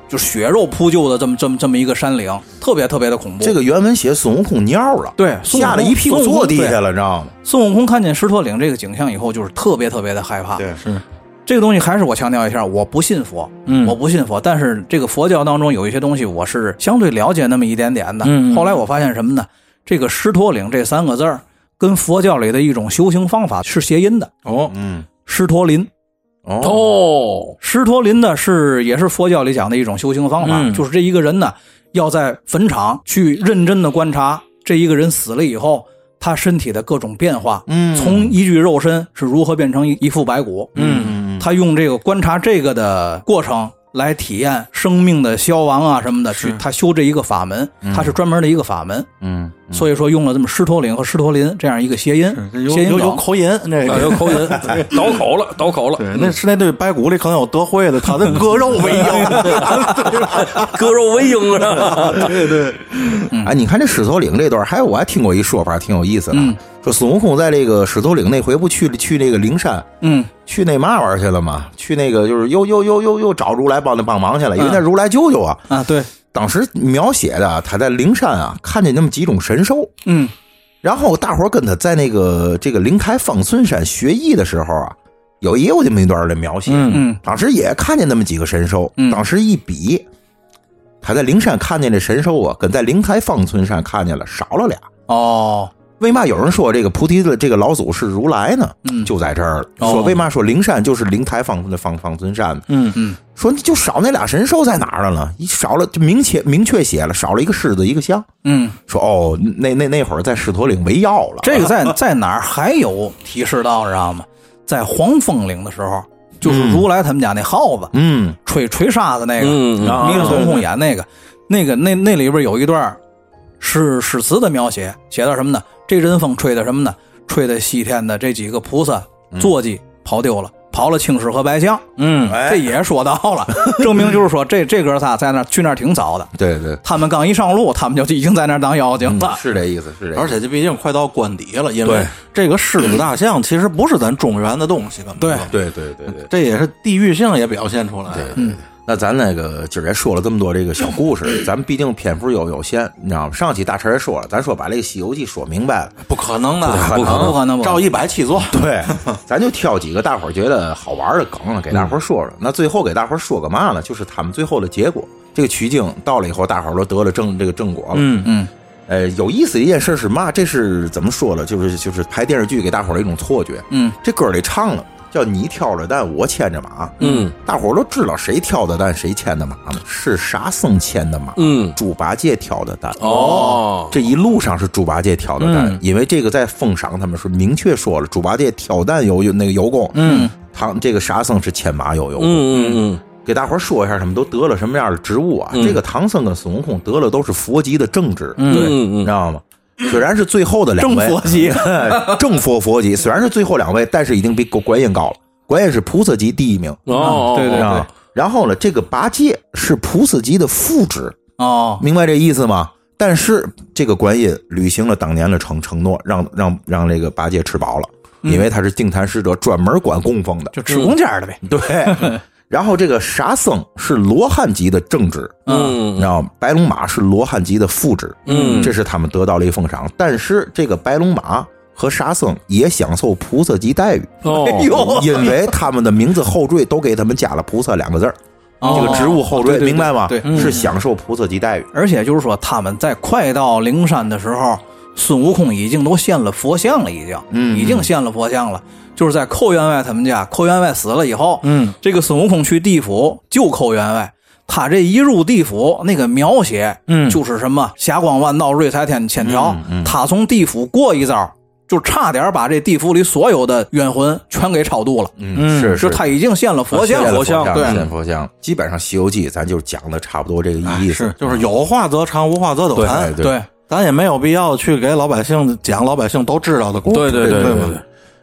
C: 就血肉铺就的这么这么这么一个山岭，特别特别的恐怖。
B: 这个原文写孙悟空尿了，
C: 对孙悟空
B: 吓得一屁股
C: 孙悟空
B: 坐地下了，你知道吗？
C: 孙悟空看见狮驼岭这个景象以后，就是特别特别的害怕。
B: 对，
A: 是，
C: 这个东西还是我强调一下，我不信佛，
A: 嗯
C: 我不信佛，但是这个佛教当中有一些东西，我是相对了解那么一点点的。
A: 嗯嗯
C: 后来我发现什么呢？这个狮驼岭这三个字儿跟佛教里的一种修行方法是谐音的，
A: 哦，
B: 嗯，
C: 狮驼林。
B: 哦，
D: 哦，
C: 狮驼林呢是也是佛教里讲的一种修行方法，
A: 嗯
C: 就是这一个人呢要在坟场去认真的观察这一个人死了以后他身体的各种变化，
B: 嗯
C: 从一具肉身是如何变成一一副白骨，
A: 嗯
C: 他用这个观察这个的过程来体验生命的消亡啊什么的，去他修这一个法门，
A: 嗯
C: 他是专门的一个法门，
B: 嗯，
C: 所以说用了这么狮驼岭和狮驼林这样一个谐音
A: 有，
C: 谐音
A: 有有
C: 梗。
A: 口音，那
D: 啊有
A: 个
D: 口音，倒口了，倒口了，
A: 对，那是那对白骨里可能有德惠的，他的割肉为 妖，
D: 割肉为鹰啊！
B: 哎，你看这狮头岭这段，还有我还听过一说法，挺有意思的，啊说孙悟空在这个狮头岭那回不去去那个灵山，
C: 嗯，
B: 去那嘛玩意儿去了吗？去那个就是又又又又又找如来帮他帮忙去了，因为那如来舅舅啊，
C: 啊，
A: 嗯
C: 对，
B: 当时描写的他在灵山啊看见那么几种神兽，
C: 嗯
B: 然后大伙儿跟他在那个这个灵开方寸山学艺的时候啊，有也有这么一段的描写，
A: 嗯
C: 嗯
B: 当时也看见那么几个神兽，
C: 嗯
B: 当时一比，他在灵山看见这神兽啊，跟在灵开方寸山看见了少了俩。
C: 哦，
B: 为嘛有人说这个菩提的这个老祖是如来呢？
C: 嗯
B: 就在这儿了。
C: 哦
B: 说为嘛说灵山就是灵台方寸的方方寸山呢？
A: 嗯
C: 嗯，
B: 说就少那俩神兽在哪儿了呢？一少了就明确明确写了，少了一个狮子一个象。
C: 嗯，
B: 说哦，那那那会儿在狮驼岭围妖了。
C: 这个在在哪儿还有提示到，知道吗？在黄风岭的时候，就是如来他们家那耗子
B: 嗯，
C: 吹吹沙子那个，
D: 嗯啊
C: 迷着孙悟空演那个，那个那那里边有一段是史词的描写，写到什么呢？这阵风吹的什么呢？吹的西天的这几个菩萨
D: 嗯
C: 坐骑跑丢了，跑了青狮和白象，
A: 嗯，
D: 哎
C: 这也说到了，证明就是说这这哥仨在那儿去那儿挺早的，
B: 对对，
C: 他们刚一上路，他们就已经在那儿当妖精了。
B: 啊是这意思，是这意思。
A: 而且这毕竟快到官邸了，因为
D: 嗯对
A: 这个狮子大象其实不是咱中原的东西，根本就
B: 对对对对。
A: 这也是地域性也表现出来了。
B: 嗯，那咱那个今儿也说了这么多这个小故事，咱们毕竟篇幅有有限，你知道吗？上期大陈也说了，咱说把这个《西游记》说明白了，
A: 不可能的，
C: 不可能不可能不可能
A: 照一百七做。
B: 对，咱就挑几个大伙儿觉得好玩的梗了，给大伙儿说说。那最后给大伙儿说个嘛呢？就是他们最后的结果，这个取经到了以后，大伙儿都得了正这个正果了。
A: 嗯
C: 嗯，
B: 呃，有意思的一件事是嘛？这是怎么说了？就是就是拍电视剧给大伙儿的一种错觉。
C: 嗯，
B: 这歌里唱了。叫你挑着担，我牵着马。
D: 嗯，
B: 大伙儿都知道谁挑的担，谁牵的马吗？是沙僧牵的马。
D: 嗯
B: 猪八戒挑的担。
D: 哦，
B: 这一路上是猪八戒挑的担，因为这个在封赏他们是明确说了，猪八戒挑担有有那个油功，嗯，他这个沙僧是牵马有油功。
D: 嗯嗯
B: 给大伙儿说一下，他们都得了什么样的职务啊？这个唐僧跟孙悟空得了都是佛级的正职，
D: 嗯，
B: 对，你
D: 嗯
B: 知道吗？虽然是最后的两位
C: 正佛级，
B: 正佛佛级，虽然是最后两位，但是已经比观音高了。观音是菩萨级第一名，
D: 嗯，哦，
C: 对对
B: 知道吗？然后呢，这个八戒是菩萨级的副职，
C: 哦，
B: 明白这意思吗？但是这个观音履行了当年的承承诺，让让让这个八戒吃饱了，因为他是净坛使者，专门管供奉的。
C: 就吃公家的呗。
B: 对，然后这个沙僧是罗汉级的正职，
D: 嗯
B: 你知道吗？白龙马是罗汉级的副职，
D: 嗯
B: 这是他们得到了一封赏。但是这个白龙马和沙僧也享受菩萨级待遇，哎
D: 哦，
B: 因为他们的名字后缀都给他们加了“菩萨”两个字儿。
C: 哦
B: 这个职务后
A: 对对
B: 缀，
A: 对
B: 明白吗？
A: 对
B: 是享受菩萨级待遇。
C: 而且就是说，他们在快到灵山的时候，孙悟空已经都现了佛像了，已经，嗯，已经现了佛像了。就是在寇员外他们家，寇员外死了以后，嗯，这个孙悟空去地府救寇员外，他这一入地府，那个描写，嗯，就是什么霞光万道瑞彩天千条，他从地府过一遭，就差点把这地府里所有的冤魂全给超度了，
B: 嗯，是
C: 就他已经现了佛像，
B: 佛
C: 对，
B: 现佛像。基本上《西游记》咱就讲的差不多这个
C: 哎
B: 意思
A: 是，就是有话则长，无话则短。
B: 对
C: 对，
A: 咱也没有必要去给老百姓讲老百姓都知道的故
D: 对
A: 事，
D: 对
A: 对
D: 对
A: 吧
D: 对，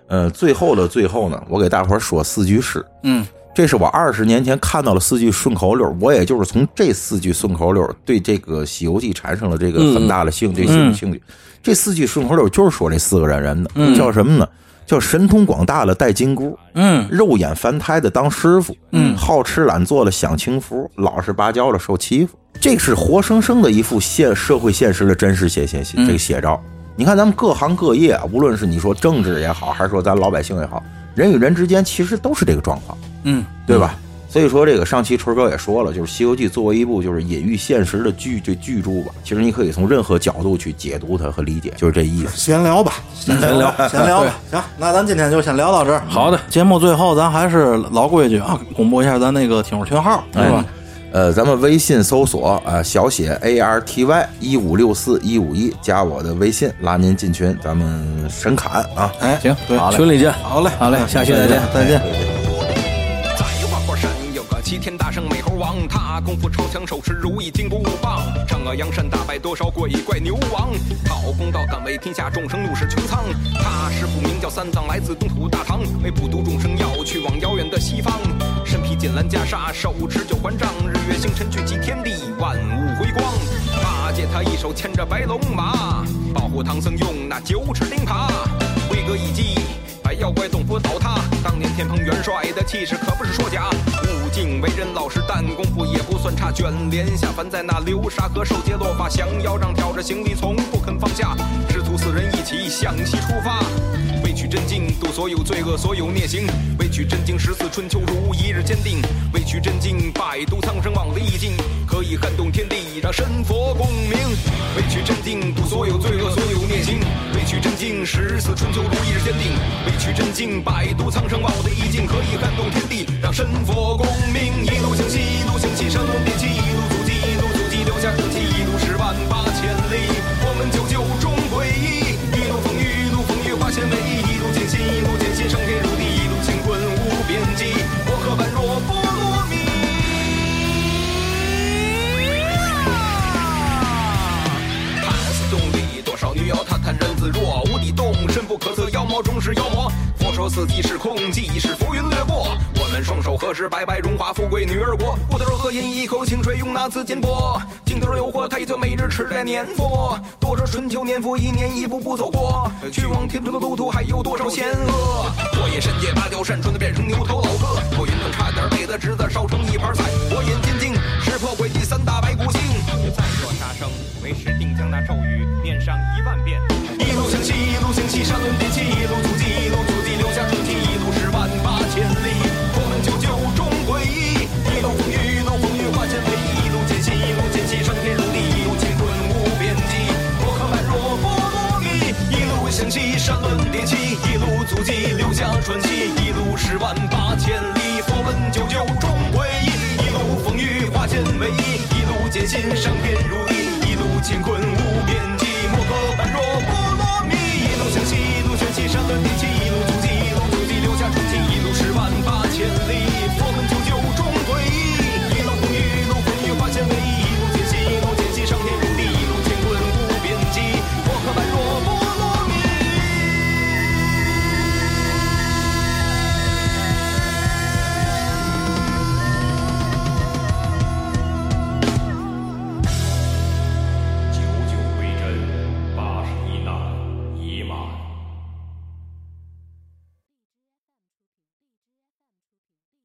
B: 呃，最后的最后呢，我给大伙儿说四句诗。
C: 嗯，
B: 这是我二十年前看到了四句顺口溜儿，我也就是从这四句顺口溜儿对这个《西游记》产生了这个很大的兴这兴兴趣。这四句顺口溜儿就是说这四个人人的，叫什么呢？叫神通广大的戴金箍，嗯，肉眼凡胎的当师傅，嗯，好吃懒做的享清福，老实巴交的受欺负。这是活生生的一幅现社会现实的真实写写写这个写照。你看，咱们各行各业啊，无论是你说政治也好，还是说咱老百姓也好，人与人之间其实都是这个状况。对吧？所以说，这个上期春哥也说了，就是《西游记》作为一部就是隐喻现实的巨这巨著吧，其实你可以从任何角度去解读它和理解，就是这意思。
A: 闲聊吧，闲聊， 闲聊吧。行，那咱今天就先聊到这儿。
D: 好的，
A: 节目最后咱还是老规矩啊，公布一下咱那个听众群号，
C: 哎
A: 是吧？
B: 呃，咱们微信搜索啊、呃小写 A R T Y 一五六四一五一，加我的微信，拉您进群，咱们神侃啊。
A: 哎，行，对，好嘞，
D: 群里见。
A: 好嘞，
C: 好嘞下期再见
A: 哎再见。
F: 在花果山有个齐天大圣美猴王，他功夫超强，手持如意金箍棒，惩恶扬善，打败多少鬼怪牛王，讨公道，敢为天下众生怒视穹苍。他师傅名叫三藏，来自东土大唐，为普度众生要去往遥远的西方。身披锦兰袈裟，手持九环杖，日月星辰聚集天地，万物辉光。八戒他一手牵着白龙马，保护唐僧用那九齿钉耙，挥戈一击。白妖怪洞府倒塌，当年天蓬元帅的气势可不是说假。武敬为人老实，但功夫也不算差。卷帘下凡在那流沙河受劫落发，降妖让挑着行李从不肯放下。师徒四人一起向西出发，为取真经度所有罪恶，所有孽行。为取真经十四春秋如一日坚定，为取真经百度苍生往历尽，可以撼动天地，让神佛共鸣。为取真经度所有罪恶，所有孽行。为取真经，十四春秋如一日坚定；为取真经，百度苍生，我的意境可以撼动天地，让神佛共鸣。一路行西，一路行西，山龙点气，一路阻击，一路阻击，留下根基，一路十万八千里。我们九九终归一，一路风雨，一路风雨化险为夷，一路艰辛，一路艰辛上天入地，一路乾坤无边际。我和般若波罗蜜。看似洞里多少女妖叹叹人自若，无底洞深不可测，妖魔终是妖魔。佛说四季是空寂，即是浮云掠过。我们双手合十，拜拜荣华富贵女儿国。不得若何饮一口清水，用那字金钵。镜头诱惑，太岁每日吃斋念佛。多少春秋年复一年，一步步走过。去往天堂的路途还有多少险恶？我也身借芭蕉扇，穿的变成牛头老哥。我云端差点被他侄子烧成一盘菜。火眼金睛，识破诡计，三大白骨精。再说杀生，为师定将那咒语念上一万遍。一路向西，一路向西，山轮叠起，一路足迹，一路足迹，留下足迹，一路十万八千里。我们九九终归一，一路风雨，一路风雨化险为夷，一路艰辛，一路艰辛上天入地，一路乾坤无边际。我和般若波罗蜜，一路向西，山轮叠起，一路足迹，留下传奇，一路十万八千里。佛门九九终归一，一路风雨化险为夷，一路艰辛上天入地，一路乾坤。